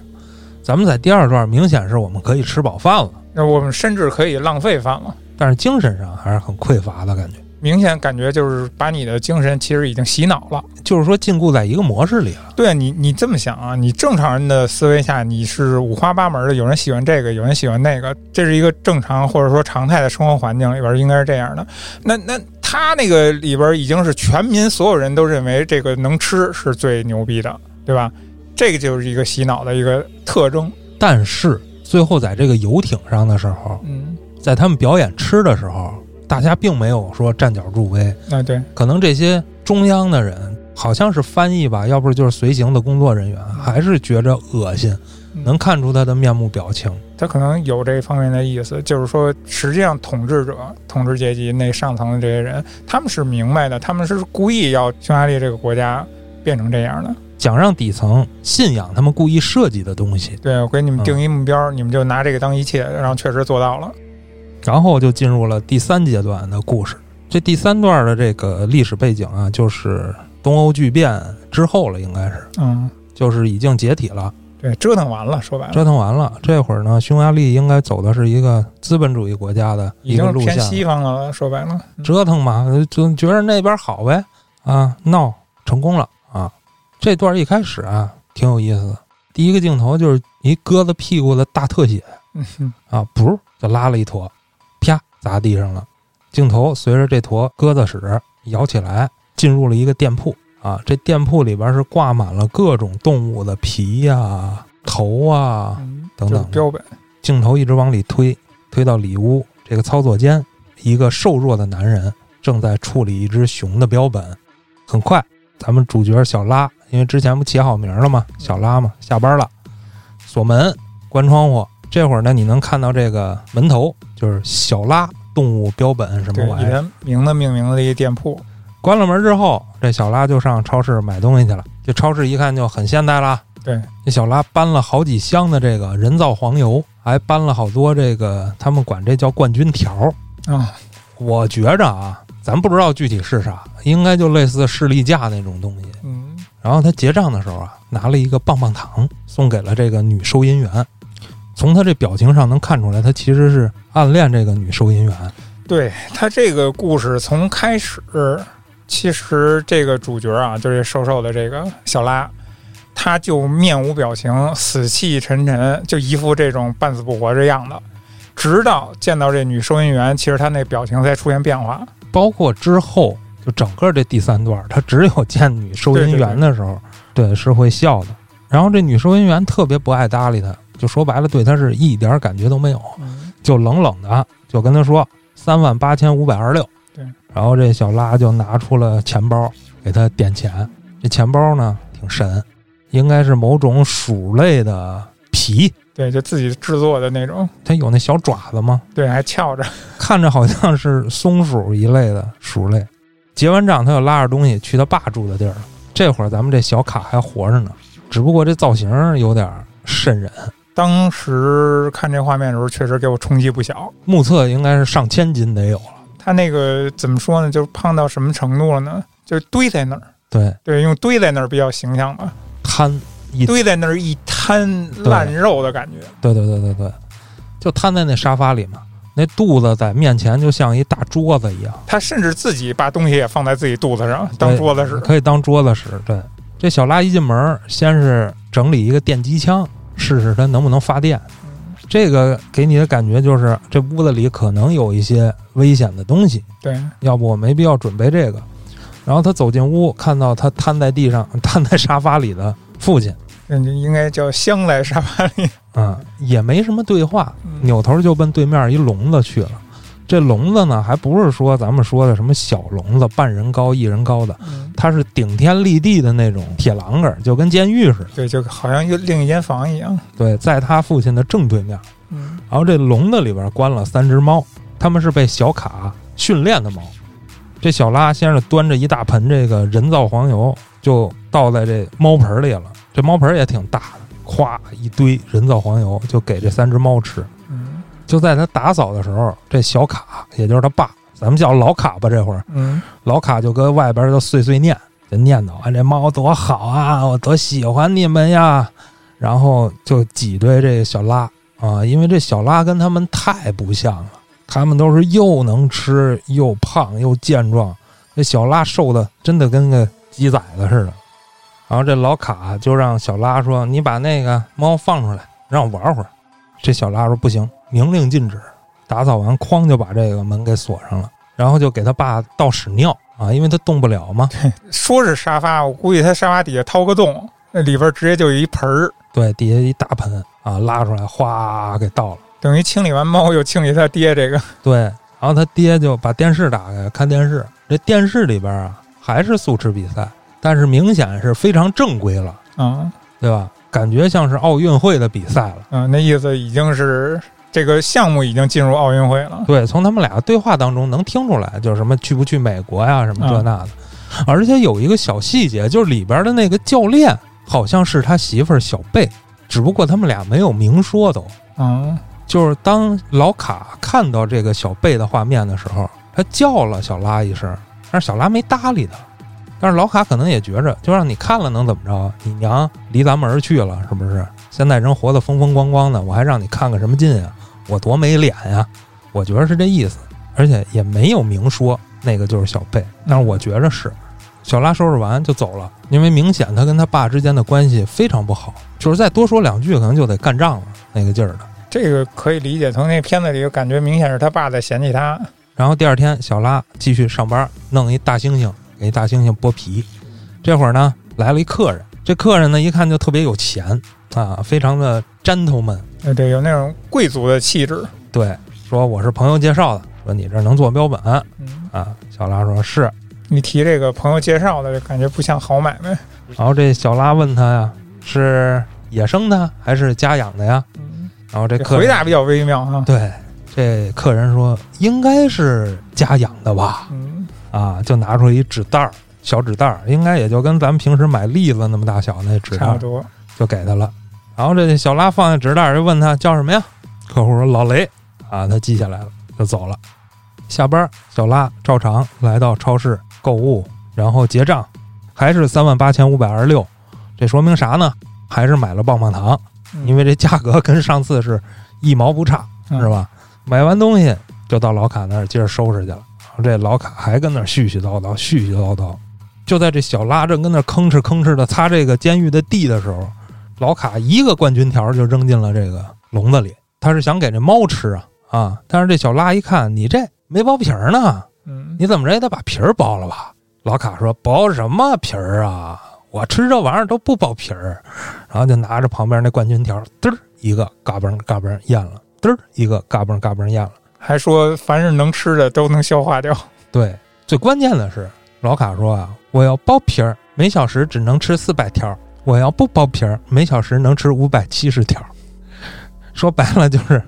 Speaker 2: 咱们在第二段明显是我们可以吃饱饭了，
Speaker 1: 那我们甚至可以浪费饭了。
Speaker 2: 但是精神上还是很匮乏的感觉。
Speaker 1: 明显感觉就是把你的精神其实已经洗脑了。
Speaker 2: 就是说禁锢在一个模式里了。
Speaker 1: 对你，你这么想啊？你正常人的思维下，你是五花八门的，有人喜欢这个，有人喜欢那个，这是一个正常或者说常态的生活环境里边应该是这样的。那那他那个里边已经是全民所有人都认为这个能吃是最牛逼的，对吧？这个就是一个洗脑的一个特征。
Speaker 2: 但是最后在这个游艇上的时候，
Speaker 1: 嗯，
Speaker 2: 在他们表演吃的时候，大家并没有说站脚助威，
Speaker 1: 啊对，
Speaker 2: 可能这些中央的人。好像是翻译吧，要不就是随行的工作人员，还是觉着恶心，
Speaker 1: 嗯
Speaker 2: 能看出他的面目表情。
Speaker 1: 他可能有这方面的意思，就是说，实际上统治者、统治阶级那上层的这些人，他们是明白的，他们是故意要匈牙利这个国家变成这样的。
Speaker 2: 想让底层信仰他们故意设计的东西，
Speaker 1: 对我给你们
Speaker 2: 嗯
Speaker 1: 定一目标，你们就拿这个当一切，然后确实做到了。
Speaker 2: 然后就进入了第三阶段的故事。这第三段的这个历史背景啊，就是东欧巨变之后了，应该是
Speaker 1: 嗯，
Speaker 2: 就是已经解体了，
Speaker 1: 对，折腾完了，说白了，
Speaker 2: 折腾完了。这会儿呢，匈牙利应该走的是一个资本主义国家的
Speaker 1: 已
Speaker 2: 一个
Speaker 1: 经
Speaker 2: 路
Speaker 1: 偏
Speaker 2: 线
Speaker 1: 西
Speaker 2: 了，
Speaker 1: 方了，说白了，嗯
Speaker 2: 折腾嘛，就觉得那边好呗，啊，闹成功了啊。这段一开始啊，挺有意思的。第一个镜头就是一鸽子屁股的大特写，
Speaker 1: 嗯哼
Speaker 2: 啊，噗就拉了一坨，啪砸地上了。镜头随着这坨鸽子屎摇起来，进入了一个店铺啊。这店铺里边是挂满了各种动物的皮呀、头啊。
Speaker 1: 嗯，
Speaker 2: 等
Speaker 1: 就是
Speaker 2: 等
Speaker 1: 标本，
Speaker 2: 镜头一直往里推，推到里屋这个操作间，一个瘦弱的男人正在处理一只熊的标本。很快，咱们主角小拉，因为之前不起好名了吗？小拉嘛，下班了，锁门，关窗户。这会儿呢，你能看到这个门头，就是小拉动物标本什
Speaker 1: 对，
Speaker 2: 么玩
Speaker 1: 以
Speaker 2: 意儿。
Speaker 1: 人名字命名的一个店铺，
Speaker 2: 关了门之后，这小拉就上超市买东西去了。这超市一看就很现代啦，
Speaker 1: 对，
Speaker 2: 这小拉搬了好几箱的这个人造黄油，还搬了好多这个他们管这叫冠军条。
Speaker 1: 啊，
Speaker 2: 我觉着啊，咱不知道具体是啥，应该就类似士力架那种东西。
Speaker 1: 嗯，
Speaker 2: 然后他结账的时候啊，拿了一个棒棒糖送给了这个女收银员。从他这表情上能看出来，他其实是暗恋这个女收银员。
Speaker 1: 对他这个故事从开始，其实这个主角啊，就是这瘦瘦的这个小拉，他就面无表情、死气沉沉，就一副这种半死不活这样子。直到见到这女收银员，其实他那表情才出现变化。
Speaker 2: 包括之后，就整个这第三段，他只有见女收银员的时候，对是会笑的。然后这女收银员特别不爱搭理他，就说白了，对他是一点感觉都没有，
Speaker 1: 嗯，
Speaker 2: 就冷冷的就跟他说三万八千五百二十六。
Speaker 1: 对，
Speaker 2: 然后这小拉就拿出了钱包给他点钱，这钱包呢挺神，应该是某种鼠类的皮，
Speaker 1: 对，就自己制作的那种，
Speaker 2: 它有那小爪子吗？
Speaker 1: 对，还翘着。
Speaker 2: 看着好像是松鼠一类的鼠类。结完账，他又拉着东西去他爸住的地儿了。这会儿咱们这小卡还活着呢，只不过这造型有点瘆人，
Speaker 1: 当时看这画面的时候，确实给我冲击不小。
Speaker 2: 目测应该是上千斤得有了。
Speaker 1: 他那个怎么说呢？就是胖到什么程度了呢？就是堆在那儿，
Speaker 2: 对，
Speaker 1: 对，用堆在那儿比较形象吧。
Speaker 2: 摊一，
Speaker 1: 堆在那儿一摊烂肉的感觉。
Speaker 2: 对对对对对，就摊在那沙发里嘛，那肚子在面前就像一大桌子一样，
Speaker 1: 他甚至自己把东西也放在自己肚子上当桌子使。
Speaker 2: 可以当桌子使。对，这小拉一进门，先是整理一个电击枪，试试它能不能发电。这个给你的感觉就是，这屋子里可能有一些危险的东西，
Speaker 1: 对，
Speaker 2: 要不我没必要准备这个。然后他走进屋，看到他瘫在地上、瘫在沙发里的父亲，
Speaker 1: 那就应该叫镶在沙发 里。
Speaker 2: 啊、也没什么对话，
Speaker 1: 嗯
Speaker 2: 扭头就奔对面一笼子去了。这笼子呢，还不是说咱们说的什么小笼子，半人高、一人高的，
Speaker 1: 嗯
Speaker 2: 它是顶天立地的那种铁栏杆儿，就跟监狱似的。
Speaker 1: 对，就好像又另一间房一样。
Speaker 2: 对，在他父亲的正对面。
Speaker 1: 嗯，
Speaker 2: 然后这笼子里边关了三只猫，它们是被小卡训练的猫。这小拉先是端着一大盆这个人造黄油，就倒在这猫盆里了。这猫盆也挺大的，咵一堆人造黄油就给这三只猫吃。
Speaker 1: 嗯
Speaker 2: 就在他打扫的时候，这小卡，也就是他爸，咱们叫老卡吧，这会儿
Speaker 1: 嗯
Speaker 2: 老卡就跟外边就碎碎念，就念叨：“哎，这猫多好啊，我多喜欢你们呀。”然后就挤兑这小拉啊，因为这小拉跟他们太不像了，他们都是又能吃又胖又健壮，这小拉瘦的真的跟个鸡崽子似的。然后这老卡就让小拉说：“你把那个猫放出来，让我玩会儿。”这小拉说：“不行，明令禁止。”打扫完，哐就把这个门给锁上了，然后就给他爸倒屎尿啊，因为他动不了嘛。
Speaker 1: 说是沙发，我估计他沙发底下掏个洞，那里边直接就有一盆儿，
Speaker 2: 对，底下一大盆啊，拉出来，哗给倒了。
Speaker 1: 等于清理完猫又清理他爹这个。
Speaker 2: 对，然后他爹就把电视打开看电视，这电视里边啊还是速吃比赛，但是明显是非常正规了，
Speaker 1: 嗯
Speaker 2: 对吧？感觉像是奥运会的比赛了。
Speaker 1: 嗯，那意思已经是这个项目已经进入奥运会了。
Speaker 2: 对，从他们俩对话当中能听出来，就是什么去不去美国呀，什么这那的。而且有一个小细节，就是里边的那个教练好像是他媳妇儿小贝，只不过他们俩没有明说都。
Speaker 1: 嗯
Speaker 2: 就是当老卡看到这个小贝的画面的时候，他叫了小拉一声，但是小拉没搭理他。但是老卡可能也觉着，就让你看了能怎么着？你娘离咱们而去了，是不是？现在人活得风风光光的，我还让你看个什么劲啊？我多没脸呀、我觉得是这意思，而且也没有明说那个就是小贝，但是我觉着是。小拉收拾完就走了，因为明显他跟他爸之间的关系非常不好，就是再多说两句可能就得干仗了那个劲儿的。
Speaker 1: 这个可以理解，从那片子里就感觉明显是他爸在嫌弃他。
Speaker 2: 然后第二天，小拉继续上班，弄一大猩猩，给大猩猩剥皮。这会儿呢，来了一客人，这客人呢一看就特别有钱啊，非常的 gentleman。
Speaker 1: 呃，对，有那种贵族的气质。
Speaker 2: 对，说我是朋友介绍的，说你这儿能做标本
Speaker 1: 嗯，
Speaker 2: 啊？小拉说是。
Speaker 1: 你提这个朋友介绍的，就感觉不像好买卖。
Speaker 2: 然后这小拉问他呀，是野生的还是家养的呀？
Speaker 1: 嗯，
Speaker 2: 然后这
Speaker 1: 这
Speaker 2: 客人
Speaker 1: 回答比较微妙啊哈。
Speaker 2: 对这客人说应该是家养的吧。
Speaker 1: 嗯，
Speaker 2: 啊，就拿出一纸袋儿，小纸袋儿，应该也就跟咱们平时买栗子那么大小那纸袋
Speaker 1: 差不
Speaker 2: 儿，
Speaker 1: 多。
Speaker 2: 就给他了。然后这小拉放下纸袋儿，就问他叫什么呀？客户说老雷啊，他记下来了，就走了。下班儿，小拉照常来到超市购物，然后结账，还是三万八千五百二十六。这说明啥呢？还是买了棒棒糖，
Speaker 1: 嗯
Speaker 2: 因为这价格跟上次是一毛不差。
Speaker 1: 嗯
Speaker 2: 是？吧？买完东西就到老卡那儿接着收拾去了。这老卡还跟那儿絮絮叨叨，絮絮叨叨。就在这小拉正跟那儿吭哧吭哧的擦这个监狱的地的时候，老卡一个冠军条就扔进了这个笼子里。他是想给这猫吃啊啊！但是这小拉一看，你这没剥皮儿呢，
Speaker 1: 嗯，
Speaker 2: 你怎么着也得把皮儿剥了吧？老卡说：“剥什么皮儿啊？我吃这玩意儿都不剥皮儿。”然后就拿着旁边那冠军条，嘚儿一个嘎嘣嘎嘣咽了，嘚儿一个嘎嘣嘎嘣咽了。
Speaker 1: 还说凡是能吃的都能消化掉。
Speaker 2: 对，最关键的是，老卡说啊，我要剥皮儿，每小时只能吃四百条；我要不剥皮儿，每小时能吃五百七十条。说白了就是，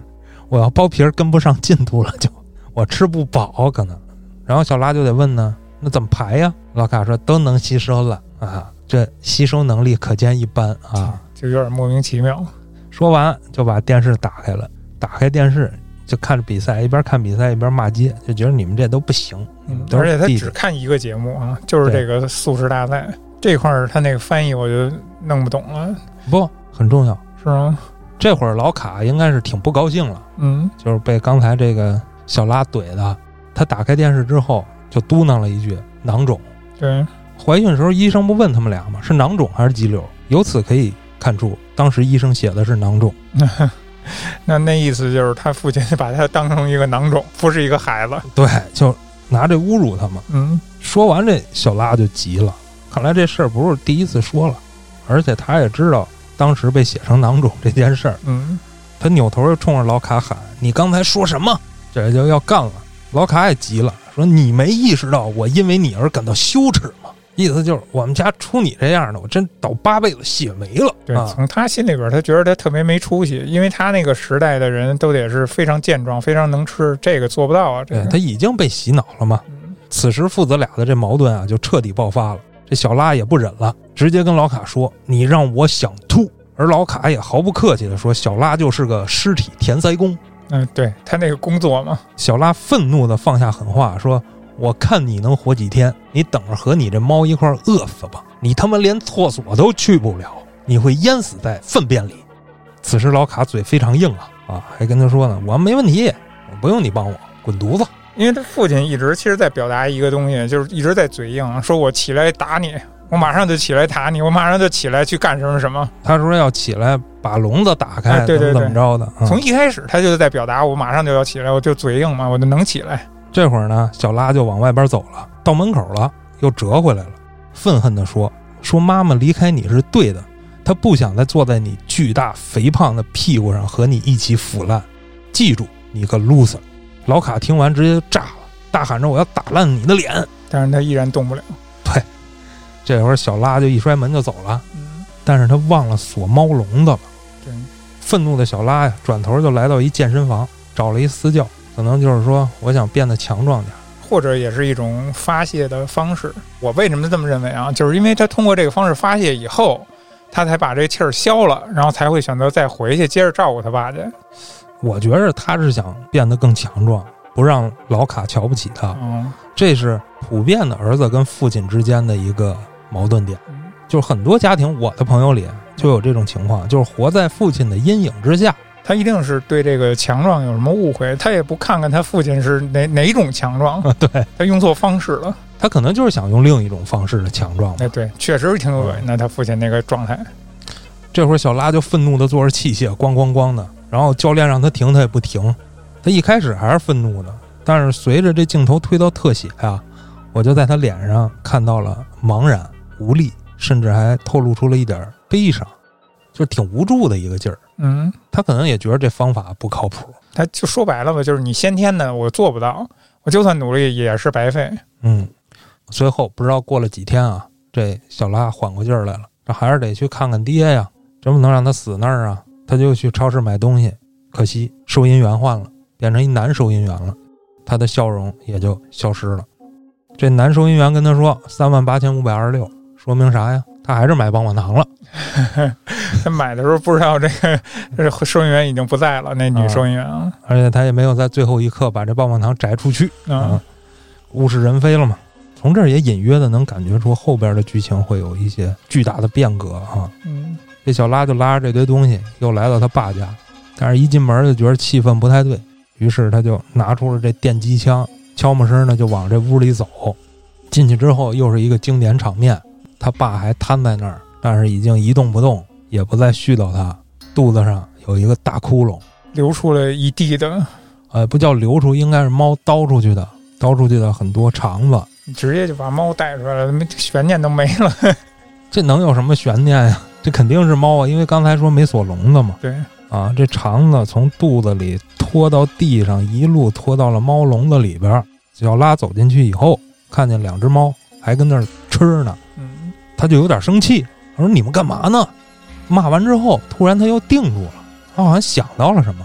Speaker 2: 我要剥皮儿跟不上进度了就，我吃不饱可能。然后小拉就得问呢，那怎么排呀？老卡说都能吸收了啊，这吸收能力可见一斑啊。
Speaker 1: 就有点莫名其妙。
Speaker 2: 说完就把电视打开了，打开电视就看着比赛，一边看比赛一边骂街，就觉得你们这都不行，你们
Speaker 1: 嗯，
Speaker 2: 都是
Speaker 1: 而且他
Speaker 2: 地
Speaker 1: 只看一个节目啊，就是这
Speaker 2: 对
Speaker 1: 个素食大赛这块儿，他那个翻译我就弄不懂了，
Speaker 2: 不很重要。
Speaker 1: 是吗？
Speaker 2: 这会儿老卡应该是挺不高兴了，
Speaker 1: 嗯
Speaker 2: 就是被刚才这个小拉怼的。他打开电视之后就嘟囔了一句“囊肿
Speaker 1: 对，”。
Speaker 2: 怀孕时候医生不问他们俩吗？是囊肿还是肌瘤？由此可以看出，当时医生写的是囊肿。
Speaker 1: 那那意思就是他父亲 把他当成一个囊肿，不是一个孩子。
Speaker 2: 对， 就拿这侮辱他们。
Speaker 1: 嗯，
Speaker 2: 说完这，小拉就急了。看来这事儿不是第一次说了，而且他也知道当时被写成囊肿这件事儿。
Speaker 1: 嗯，
Speaker 2: 他扭头就冲着老卡喊：“你刚才说什么？”这就要干了。老卡也急了，说：“你没意识到我因为你而感到羞耻吗？”意思就是我们家出你这样的，我真倒八辈子血霉了。
Speaker 1: 对，
Speaker 2: 啊、
Speaker 1: 从他心里边，他觉得他特别没出息，因为他那个时代的人都得是非常健壮、非常能吃，这个做不到啊。这
Speaker 2: 对
Speaker 1: 个，
Speaker 2: 他已经被洗脑了嘛。
Speaker 1: 嗯
Speaker 2: 此时父子俩的这矛盾啊，就彻底爆发了。这小拉也不忍了，直接跟老卡说：“你让我想吐！”而老卡也毫不客气地说：“小拉就是个尸体填塞工。”
Speaker 1: 嗯，对他那个工作嘛，
Speaker 2: 小拉愤怒地放下狠话，说：“我看你能活几天，你等着和你这猫一块儿饿死吧！你他妈连厕所都去不了，你会淹死在粪便里。”此时老卡嘴非常硬啊啊，还跟他说呢：“我没问题，不用你帮我，滚犊子
Speaker 1: 因为他父亲一直其实在表达一个东西，就是一直在嘴硬，说我起来打你，我马上就起来打你，我马上就起来去干什么什么。！”
Speaker 2: 他说要起来把笼子打开，
Speaker 1: 哎对对
Speaker 2: 怎么怎么着的。啊
Speaker 1: 从一开始他就在表达我马上就要起来，我就嘴硬嘛，我就能起来。
Speaker 2: 这会儿呢，小拉就往外边走了，到门口了，又折回来了，愤恨地说：“说妈妈离开你是对的，她不想再坐在你巨大肥胖的屁股上和你一起腐烂。记住，你个 loser！” 老卡听完直接炸了，大喊着：“我要打烂你的脸
Speaker 1: 但是他依然动不了。！”
Speaker 2: 这会儿小拉就一摔门就走了，
Speaker 1: 嗯，
Speaker 2: 但是他忘了锁猫笼子了。
Speaker 1: 对，
Speaker 2: 愤怒的小拉呀，转头就来到一健身房，找了一私教，可能就是说我想变得强壮点儿。
Speaker 1: 或者也是一种发泄的方式。我为什么这么认为啊？就是因为他通过这个方式发泄以后，他才把这气儿消了，然后才会选择再回去接着照顾他爸去。
Speaker 2: 我觉着他是想变得更强壮，不让老卡瞧不起他，
Speaker 1: 嗯，
Speaker 2: 这是普遍的儿子跟父亲之间的一个矛盾点。就是很多家庭，我的朋友里就有这种情况，就是活在父亲的阴影之下。
Speaker 1: 他一定是对这个强壮有什么误会，他也不看看他父亲是哪哪种强壮，
Speaker 2: 啊，对
Speaker 1: 他用错方式了。
Speaker 2: 他可能就是想用另一种方式的强壮吧。
Speaker 1: 哎，对，确实挺恶心的，他父亲那个状态。
Speaker 2: 这会儿小拉就愤怒地坐着器械，咣咣咣的。然后教练让他停，他也不停。他一开始还是愤怒的，但是随着这镜头推到特写啊，我就在他脸上看到了茫然、无力，甚至还透露出了一点儿悲伤，就是挺无助的一个劲儿。
Speaker 1: 嗯，
Speaker 2: 他可能也觉得这方法不靠谱。
Speaker 1: 他就说白了吧，就是你先天的我做不到，我就算努力也是白费。
Speaker 2: 嗯，随后不知道过了几天啊，这小拉缓过劲儿来了，这还是得去看看爹呀，这不能让他死那儿啊。他就去超市买东西，可惜收银员换了，变成一男收银员了，他的笑容也就消失了。这男收银员跟他说三万八千五百二十六，说明啥呀？他还是买棒棒糖了。
Speaker 1: 他买的时候不知道这个这收银员已经不在了，那女收银员啊，
Speaker 2: 而且他也没有在最后一刻把这棒棒糖摘出去，
Speaker 1: 嗯
Speaker 2: 啊，物是人非了嘛。从这儿也隐约的能感觉出后边的剧情会有一些巨大的变革啊。
Speaker 1: 嗯，
Speaker 2: 这小拉就拉着这堆东西又来到他爸家，但是一进门就觉得气氛不太对，于是他就拿出了这电击枪，悄没声的就往这屋里走。进去之后又是一个经典场面，他爸还瘫在那儿，但是已经一动不动，也不再絮叨他，肚子上有一个大窟窿。
Speaker 1: 流出了一地的，
Speaker 2: 呃，不叫流出，应该是猫叨出去的，叨出去的很多肠子，
Speaker 1: 直接就把猫带出来了，没悬念都没了。
Speaker 2: 这能有什么悬念呀？ 这肯定是猫啊，因为刚才说没锁笼子嘛。
Speaker 1: 对，
Speaker 2: 啊，这肠子从肚子里拖到地上，一路拖到了猫笼子里边儿。小拉走进去以后，看见两只猫还跟那儿吃呢，
Speaker 1: 嗯，
Speaker 2: 他就有点生气，他说：“你们干嘛呢？”骂完之后，突然他又定住了，他好像想到了什么。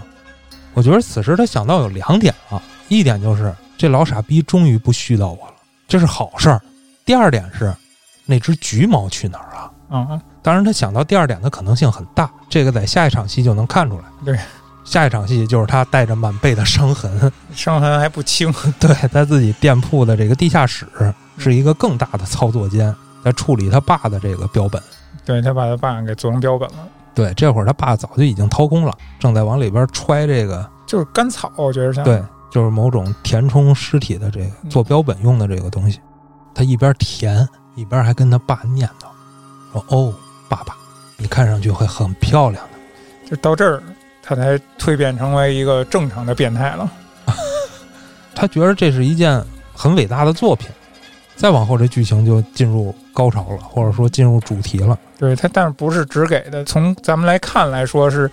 Speaker 2: 我觉得此时他想到有两点啊，一点就是这老傻逼终于不絮叨我了，这是好事儿；第二点是那只橘猫去哪儿了？
Speaker 1: 啊，
Speaker 2: 当然，他想到第二点的可能性很大，这个在下一场戏就能看出来。
Speaker 1: 对，
Speaker 2: 下一场戏就是他带着满背的伤痕，
Speaker 1: 伤痕还不轻。
Speaker 2: 对，在自己店铺的这个地下室是一个更大的操作间，在处理他爸的这个标本。
Speaker 1: 对他把他爸给做成标本了，
Speaker 2: 对，这会儿他爸早就已经掏空了，正在往里边揣这个，
Speaker 1: 就是甘草，我觉得像
Speaker 2: 对，就是某种填充尸体的这个
Speaker 1: 嗯
Speaker 2: 做标本用的这个东西。他一边填一边还跟他爸念叨说：“哦，爸爸，你看上去会很漂亮的。
Speaker 1: 就到这儿，他才蜕变成为一个正常的变态了。”
Speaker 2: 他觉得这是一件很伟大的作品。再往后，这剧情就进入高潮了，或者说进入主题了。
Speaker 1: 对他，但是不是只给的？从咱们来看来说是，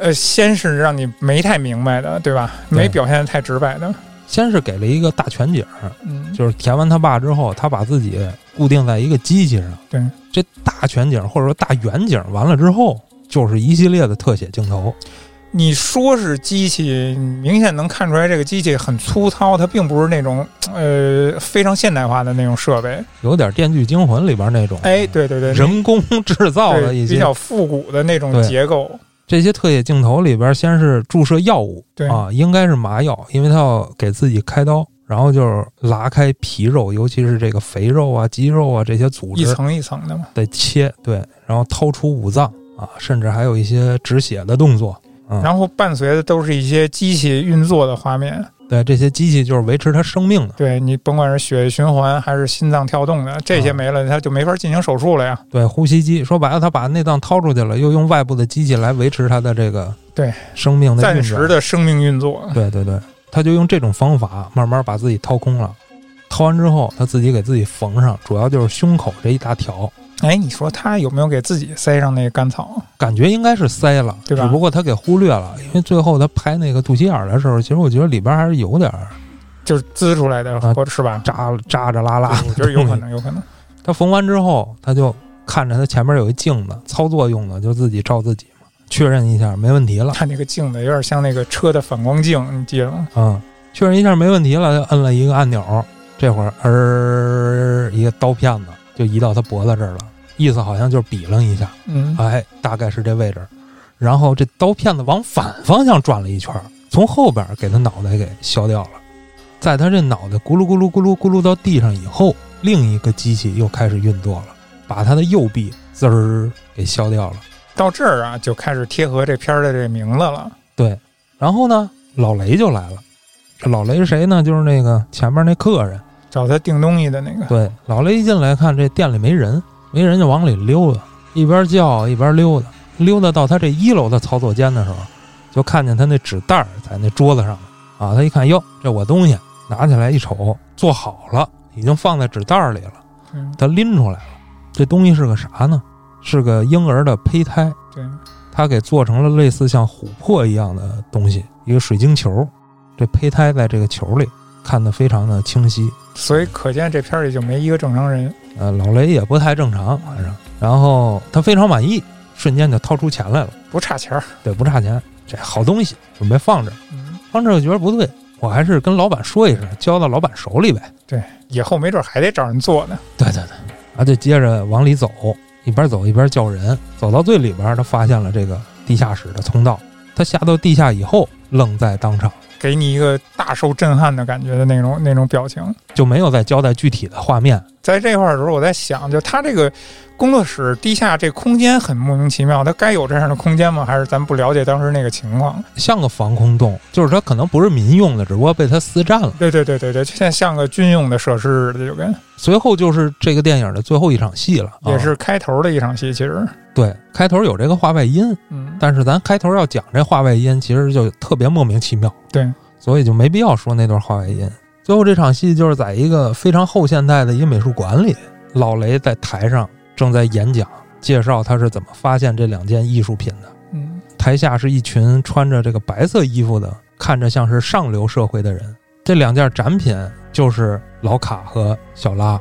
Speaker 1: 呃，先是让你没太明白的，对吧？
Speaker 2: 对
Speaker 1: 没表现得太直白的，
Speaker 2: 先是给了一个大全景儿，
Speaker 1: 嗯，
Speaker 2: 就是填完他爸之后，他把自己固定在一个机器上。
Speaker 1: 对，
Speaker 2: 这大全景或者说大远景完了之后，就是一系列的特写镜头。
Speaker 1: 你说是机器，明显能看出来这个机器很粗糙，它并不是那种呃非常现代化的那种设备。
Speaker 2: 有点《电锯惊魂》里边那种，
Speaker 1: 哎，对对对，
Speaker 2: 人工制造的
Speaker 1: 对
Speaker 2: 一
Speaker 1: 比
Speaker 2: 些
Speaker 1: 较复古的那种
Speaker 2: 对啊
Speaker 1: 结构。
Speaker 2: 这些特写镜头里边，先是注射药物，
Speaker 1: 对
Speaker 2: 啊，应该是麻药，因为他要给自己开刀，然后就是拉开皮肉，尤其是这个肥肉啊、肌肉啊这些组
Speaker 1: 一
Speaker 2: 织
Speaker 1: 层一层的嘛，
Speaker 2: 得切，对，然后掏出五脏啊，甚至还有一些止血的动作。嗯
Speaker 1: 然后伴随的都是一些机器运作的画面。
Speaker 2: 对，这些机器就是维持它生命的，
Speaker 1: 对你甭管是血液循环还是心脏跳动的，这些
Speaker 2: 啊
Speaker 1: 没了，它就没法进行手术了呀。
Speaker 2: 对，呼吸机。说白了，他把内脏掏出去了，又用外部的机器来维持它的这个
Speaker 1: 对
Speaker 2: 生命的运
Speaker 1: 暂
Speaker 2: 转
Speaker 1: 时的生命运作，
Speaker 2: 对对对，他就用这种方法慢慢把自己掏空了。掏完之后，他自己给自己缝上，主要就是胸口这一大条，
Speaker 1: 哎，你说他有没有给自己塞上那个甘草？
Speaker 2: 感觉应该是塞了，
Speaker 1: 对吧
Speaker 2: 只不过他给忽略了，因为最后他拍那个肚脐眼儿的时候，其实我觉得里边还是有点儿
Speaker 1: 就是滋出来的，
Speaker 2: 啊
Speaker 1: 或者是吧？
Speaker 2: 扎扎扎啦啦。
Speaker 1: 我觉得有可能，有可能。
Speaker 2: 他缝完之后，他就看着他前面有一镜子，操作用的，就自己照自己嘛，确认一下没问题了。
Speaker 1: 他那个镜子有点像那个车的反光镜，你记得吗？
Speaker 2: 嗯，确认一下没问题了，就摁了一个按钮，这会儿儿一个刀片子就移到他脖子这儿了，意思好像就是比楞一下，
Speaker 1: 嗯，
Speaker 2: 哎，大概是这位置。然后这刀片子往反方向转了一圈儿，从后边儿给他脑袋给削掉了。在他这脑袋咕噜咕噜咕噜咕噜到地上以后，另一个机器又开始运作了，把他的右臂滋儿给削掉了。
Speaker 1: 到这儿啊，就开始贴合这片儿的这名字了。
Speaker 2: 然后呢，老雷就来了。这老雷是谁呢？就是那个前面那客人。
Speaker 1: 找他订东西的那个，
Speaker 2: 对，老雷一进来看这店里没人，没人就往里溜达，一边叫一边溜达，溜达到他这一楼的操作间的时候，就看见他那纸袋儿在那桌子上啊，他一看哟，这我东西，拿起来一瞅，做好了，已经放在纸袋儿里了，
Speaker 1: 嗯，
Speaker 2: 他拎出来了，这东西是个啥呢？是个婴儿的胚胎，
Speaker 1: 对，
Speaker 2: 他给做成了类似像琥珀一样的东西，一个水晶球，这胚胎在这个球里看得非常的清晰，
Speaker 1: 所以可见这片儿里就没一个正常人。
Speaker 2: 呃，老雷也不太正常，反正，然后他非常满意，瞬间就掏出钱来了，
Speaker 1: 不差钱儿，
Speaker 2: 对，不差钱，这好东西，准备放这儿，
Speaker 1: 嗯，
Speaker 2: 放这儿我觉得不对，我还是跟老板说一声，交到老板手里呗。
Speaker 1: 以后没准还得找人做呢。
Speaker 2: 对对对，然后就接着往里走，一边走一边叫人，走到最里边，他发现了这个地下室的通道，他下到地下以后，愣在当场，
Speaker 1: 给你一个大受震撼的感觉的那种那种表情。
Speaker 2: 就没有再交代具体的画面，
Speaker 1: 在这块儿的时候，我在想，就他这个工作室地下这空间很莫名其妙，他该有这样的空间吗？还是咱不了解当时那个情况？
Speaker 2: 像个防空洞，就是它可能不是民用的，只不过被他私占了。
Speaker 1: 对对对对对，就像像个军用的设施似的，就跟
Speaker 2: 随后就是这个电影的最后一场戏了，啊
Speaker 1: 也是开头的一场戏，其实，
Speaker 2: 对，开头有这个话外音，
Speaker 1: 嗯，
Speaker 2: 但是咱开头要讲这话外音，其实就特别莫名其妙。
Speaker 1: 对，
Speaker 2: 所以就没必要说那段话外音。最后这场戏就是在一个非常后现代的一个美术馆里，老雷在台上正在演讲，介绍他是怎么发现这两件艺术品的。
Speaker 1: 嗯，
Speaker 2: 台下是一群穿着这个白色衣服的，看着像是上流社会的人。这两件展品就是老卡和小拉。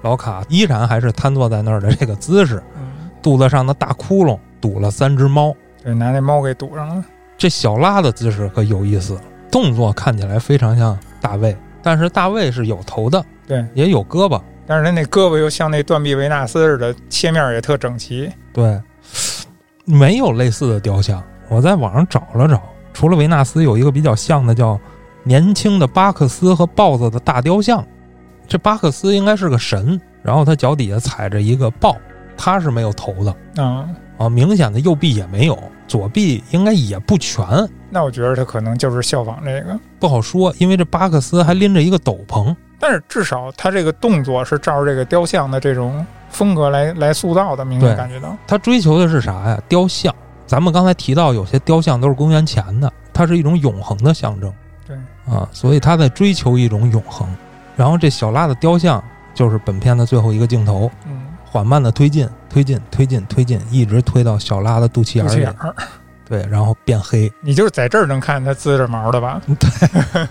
Speaker 2: 老卡依然还是瘫坐在那儿的这个姿势，
Speaker 1: 嗯
Speaker 2: 肚子上的大窟窿堵了三只猫。
Speaker 1: 对，拿那猫给堵上了，
Speaker 2: 这小拉的姿势可有意思了，动作看起来非常像大卫，但是大卫是有头的，
Speaker 1: 对，
Speaker 2: 也有胳膊，
Speaker 1: 但是他那胳膊又像那断臂维纳斯似的，切面也特整齐，
Speaker 2: 对，没有类似的雕像。我在网上找了找，除了维纳斯，有一个比较像的叫年轻的巴克斯和豹子的大雕像。这巴克斯应该是个神，然后他脚底下踩着一个豹，他是没有头的
Speaker 1: 嗯，
Speaker 2: 啊，明显的右臂也没有，左臂应该也不全，
Speaker 1: 那我觉得他可能就是效仿这个，
Speaker 2: 不好说，因为这巴克斯还拎着一个斗篷。
Speaker 1: 但是至少他这个动作是照着这个雕像的这种风格来来塑造的，明显
Speaker 2: 对
Speaker 1: 感觉到，
Speaker 2: 他追求的是啥呀？雕像。咱们刚才提到，有些雕像都是公元前的，它是一种永恒的象征。
Speaker 1: 对
Speaker 2: 啊，所以他在追求一种永恒。然后这小拉的雕像就是本片的最后一个镜头，
Speaker 1: 嗯，
Speaker 2: 缓慢的推进、推进、推进、推进，一直推到小拉的肚脐眼
Speaker 1: 肚
Speaker 2: 儿
Speaker 1: 脐
Speaker 2: 里
Speaker 1: 眼，儿，
Speaker 2: 对，然后变黑，
Speaker 1: 你就是在这儿能看他滋着毛的吧？
Speaker 2: 嗯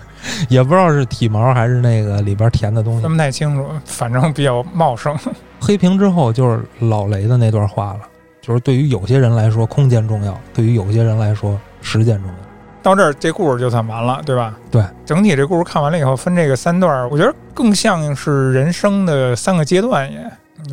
Speaker 2: 也不知道是体毛还是那个里边填的东西
Speaker 1: 分。不太清楚，反正比较茂盛。
Speaker 2: 黑屏之后就是老雷的那段话了，就是对于有些人来说空间重要，对于有些人来说实践中的。
Speaker 1: 到这儿这故事就算完了，对吧？
Speaker 2: 对，
Speaker 1: 整体这故事看完了以后，分这个三段儿，我觉得更像是人生的三个阶段也。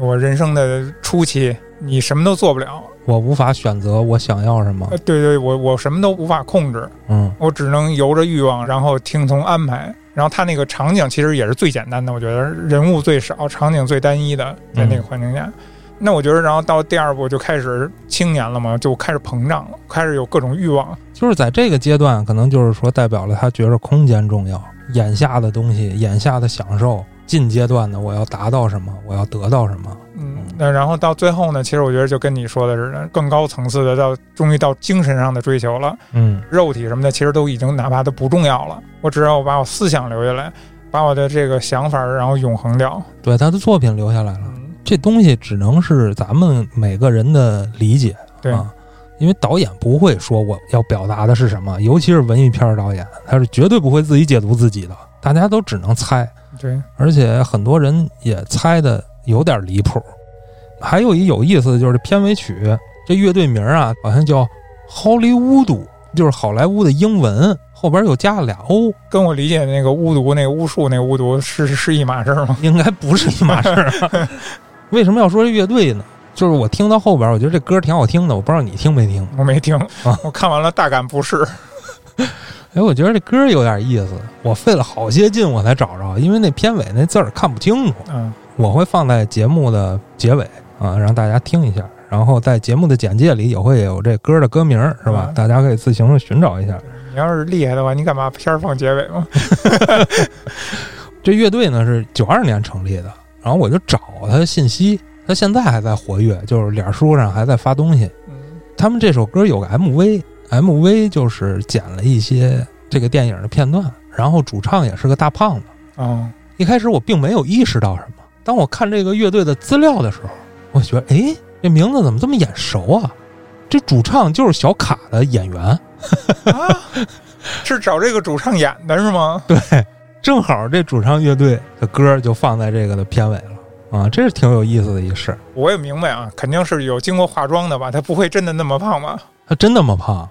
Speaker 1: 我人生的初期，你什么都做不了，
Speaker 2: 我无法选择我想要什么
Speaker 1: 呃，对对，我我什么都无法控制，
Speaker 2: 嗯，
Speaker 1: 我只能由着欲望，然后听从安排。然后他那个场景其实也是最简单的，我觉得人物最少，场景最单一的，在那个环境下。那我觉得，然后到第二步就开始青年了嘛，就开始膨胀了，开始有各种欲望。
Speaker 2: 就是在这个阶段，可能就是说代表了他觉着空间重要，眼下的东西，眼下的享受，近阶段的我要达到什么，我要得到什么，
Speaker 1: 嗯，那然后到最后呢，其实我觉得就跟你说的似的，更高层次的到终于到精神上的追求了，
Speaker 2: 嗯
Speaker 1: 肉体什么的其实都已经哪怕都不重要了，我只要把我思想留下来，把我的这个想法然后永恒掉。
Speaker 2: 对，他的作品留下来了。
Speaker 1: 嗯，
Speaker 2: 这东西只能是咱们每个人的理解，
Speaker 1: 对，
Speaker 2: 啊，因为导演不会说我要表达的是什么，尤其是文艺片儿导演，他是绝对不会自己解读自己的，大家都只能猜，
Speaker 1: 对，
Speaker 2: 而且很多人也猜的有点离谱。还有一有意思的就是片尾曲，这乐队名儿啊，好像叫 Hollywood，就是好莱坞的英文，后边又加了俩 O，
Speaker 1: 跟我理解的那个巫毒、那个巫术、那个巫毒是是一码事儿吗？
Speaker 2: 应该不是一码事儿、啊。为什么要说这乐队呢？就是我听到后边，我觉得这歌挺好听的，我不知道你听没听。
Speaker 1: 我没听
Speaker 2: 啊，
Speaker 1: 我看完了大感不适。
Speaker 2: 哎，我觉得这歌有点意思，我费了好些劲我才找着，因为那片尾那字儿看不清楚。
Speaker 1: 嗯，
Speaker 2: 我会放在节目的结尾啊，让大家听一下，然后在节目的简介里也会有这歌的歌名，是吧？
Speaker 1: 嗯
Speaker 2: 大家可以自行的寻找一下。
Speaker 1: 你要是厉害的话，你敢把片儿放结尾吗？
Speaker 2: 这乐队呢是九二年成立的，然后我就找他的信息，他现在还在活跃，就是脸书上还在发东西。
Speaker 1: 嗯
Speaker 2: 他们这首歌有个 MV，MV 就是剪了一些这个电影的片段，然后主唱也是个大胖子。
Speaker 1: 哦，
Speaker 2: 一开始我并没有意识到什么，当我看这个乐队的资料的时候，我觉得，哎，这名字怎么这么眼熟啊？这主唱就是小卡的演员，
Speaker 1: 啊，是找这个主唱演的是吗？
Speaker 2: 正好这主唱乐队的歌就放在这个的片尾了啊，这是挺有意思的一事儿。
Speaker 1: 我也明白啊，肯定是有经过化妆的吧？他不会真的那么胖吧？
Speaker 2: 他真那么胖？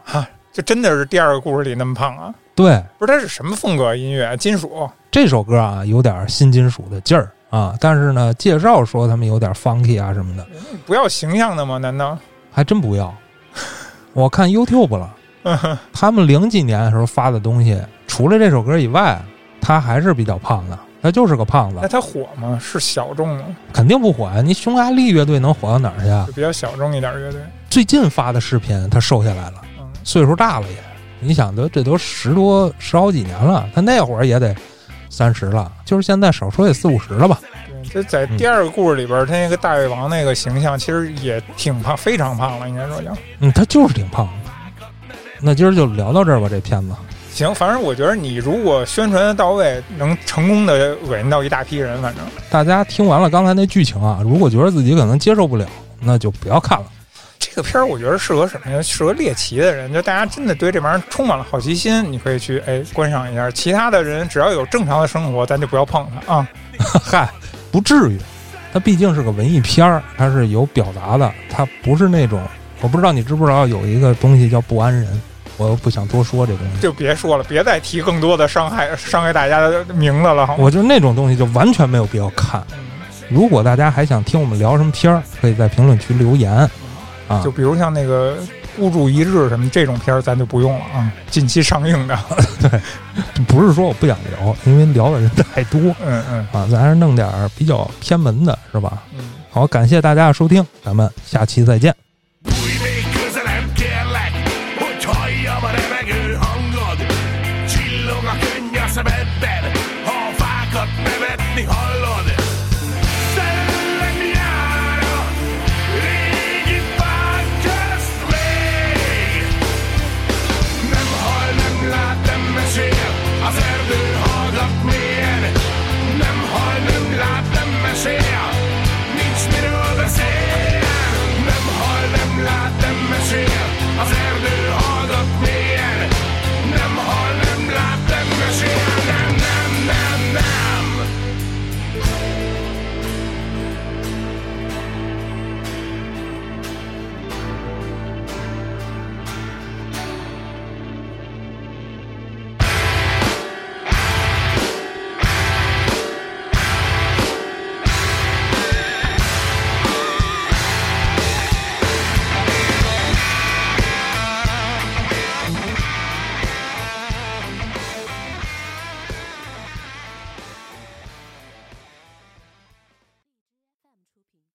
Speaker 1: 就真的是第二个故事里那么胖啊？
Speaker 2: 对，
Speaker 1: 不是，他是什么风格音乐？啊金属？
Speaker 2: 这首歌啊有点新金属的劲儿啊，但是呢，介绍说他们有点 funky 啊什么的，
Speaker 1: 不要形象的吗？难道？
Speaker 2: 还真不要。我看 YouTube 了，他们零几年的时候发的东西，除了这首歌以外，他还是比较胖的，他就是个胖
Speaker 1: 那
Speaker 2: 子，
Speaker 1: 他火吗？是小众吗？
Speaker 2: 肯定不火呀。你匈牙利乐队能火到哪儿去啊
Speaker 1: 就？比较小众一点乐队。
Speaker 2: 最近发的视频，他瘦下来了，
Speaker 1: 嗯，
Speaker 2: 岁数大了也。你想，都这都十多十好几年了，他那会儿也得三十了，就是现在少说也四五十了吧。
Speaker 1: 对，这在第二个故事里边，他那个大胃王那个形象其实也挺胖，非常胖了，应该说叫。
Speaker 2: 嗯，他就是挺胖的。那今儿就聊到这儿吧，这片子。
Speaker 1: 行，反正我觉得你如果宣传得到位，能成功的委任到一大批人，反正
Speaker 2: 大家听完了刚才那剧情啊，如果觉得自己可能接受不了，那就不要看了。
Speaker 1: 这个片儿我觉得适合什么呀？适合猎奇的人，就大家真的对这玩意儿充满了好奇心，你可以去哎观赏一下。其他的人只要有正常的生活，咱就不要碰它啊。
Speaker 2: 嗨，不至于，它毕竟是个文艺片儿，它是有表达的，它不是那种我不知道你知不知道有一个东西叫不安人，我又不想多说这东西，
Speaker 1: 就别说了，别再提更多的伤害伤害大家的名字了，好吗？
Speaker 2: 我就那种东西就完全没有必要看。如果大家还想听我们聊什么片儿，可以在评论区留言啊
Speaker 1: 就。比如像那个孤注一掷什么这种片儿，咱就不用了啊。近期上映的，
Speaker 2: 不是说我不想聊，因为聊的人太多
Speaker 1: 嗯嗯
Speaker 2: 啊，咱还是弄点儿比较偏门的，是吧？
Speaker 1: 嗯。
Speaker 2: 好，感谢大家的收听，咱们下期再见。
Speaker 4: Bújnék közelebb kérlek, hogy halljam a levegő hangod. Csillog a könny a szemedben, ha a fákat nevetni hallod.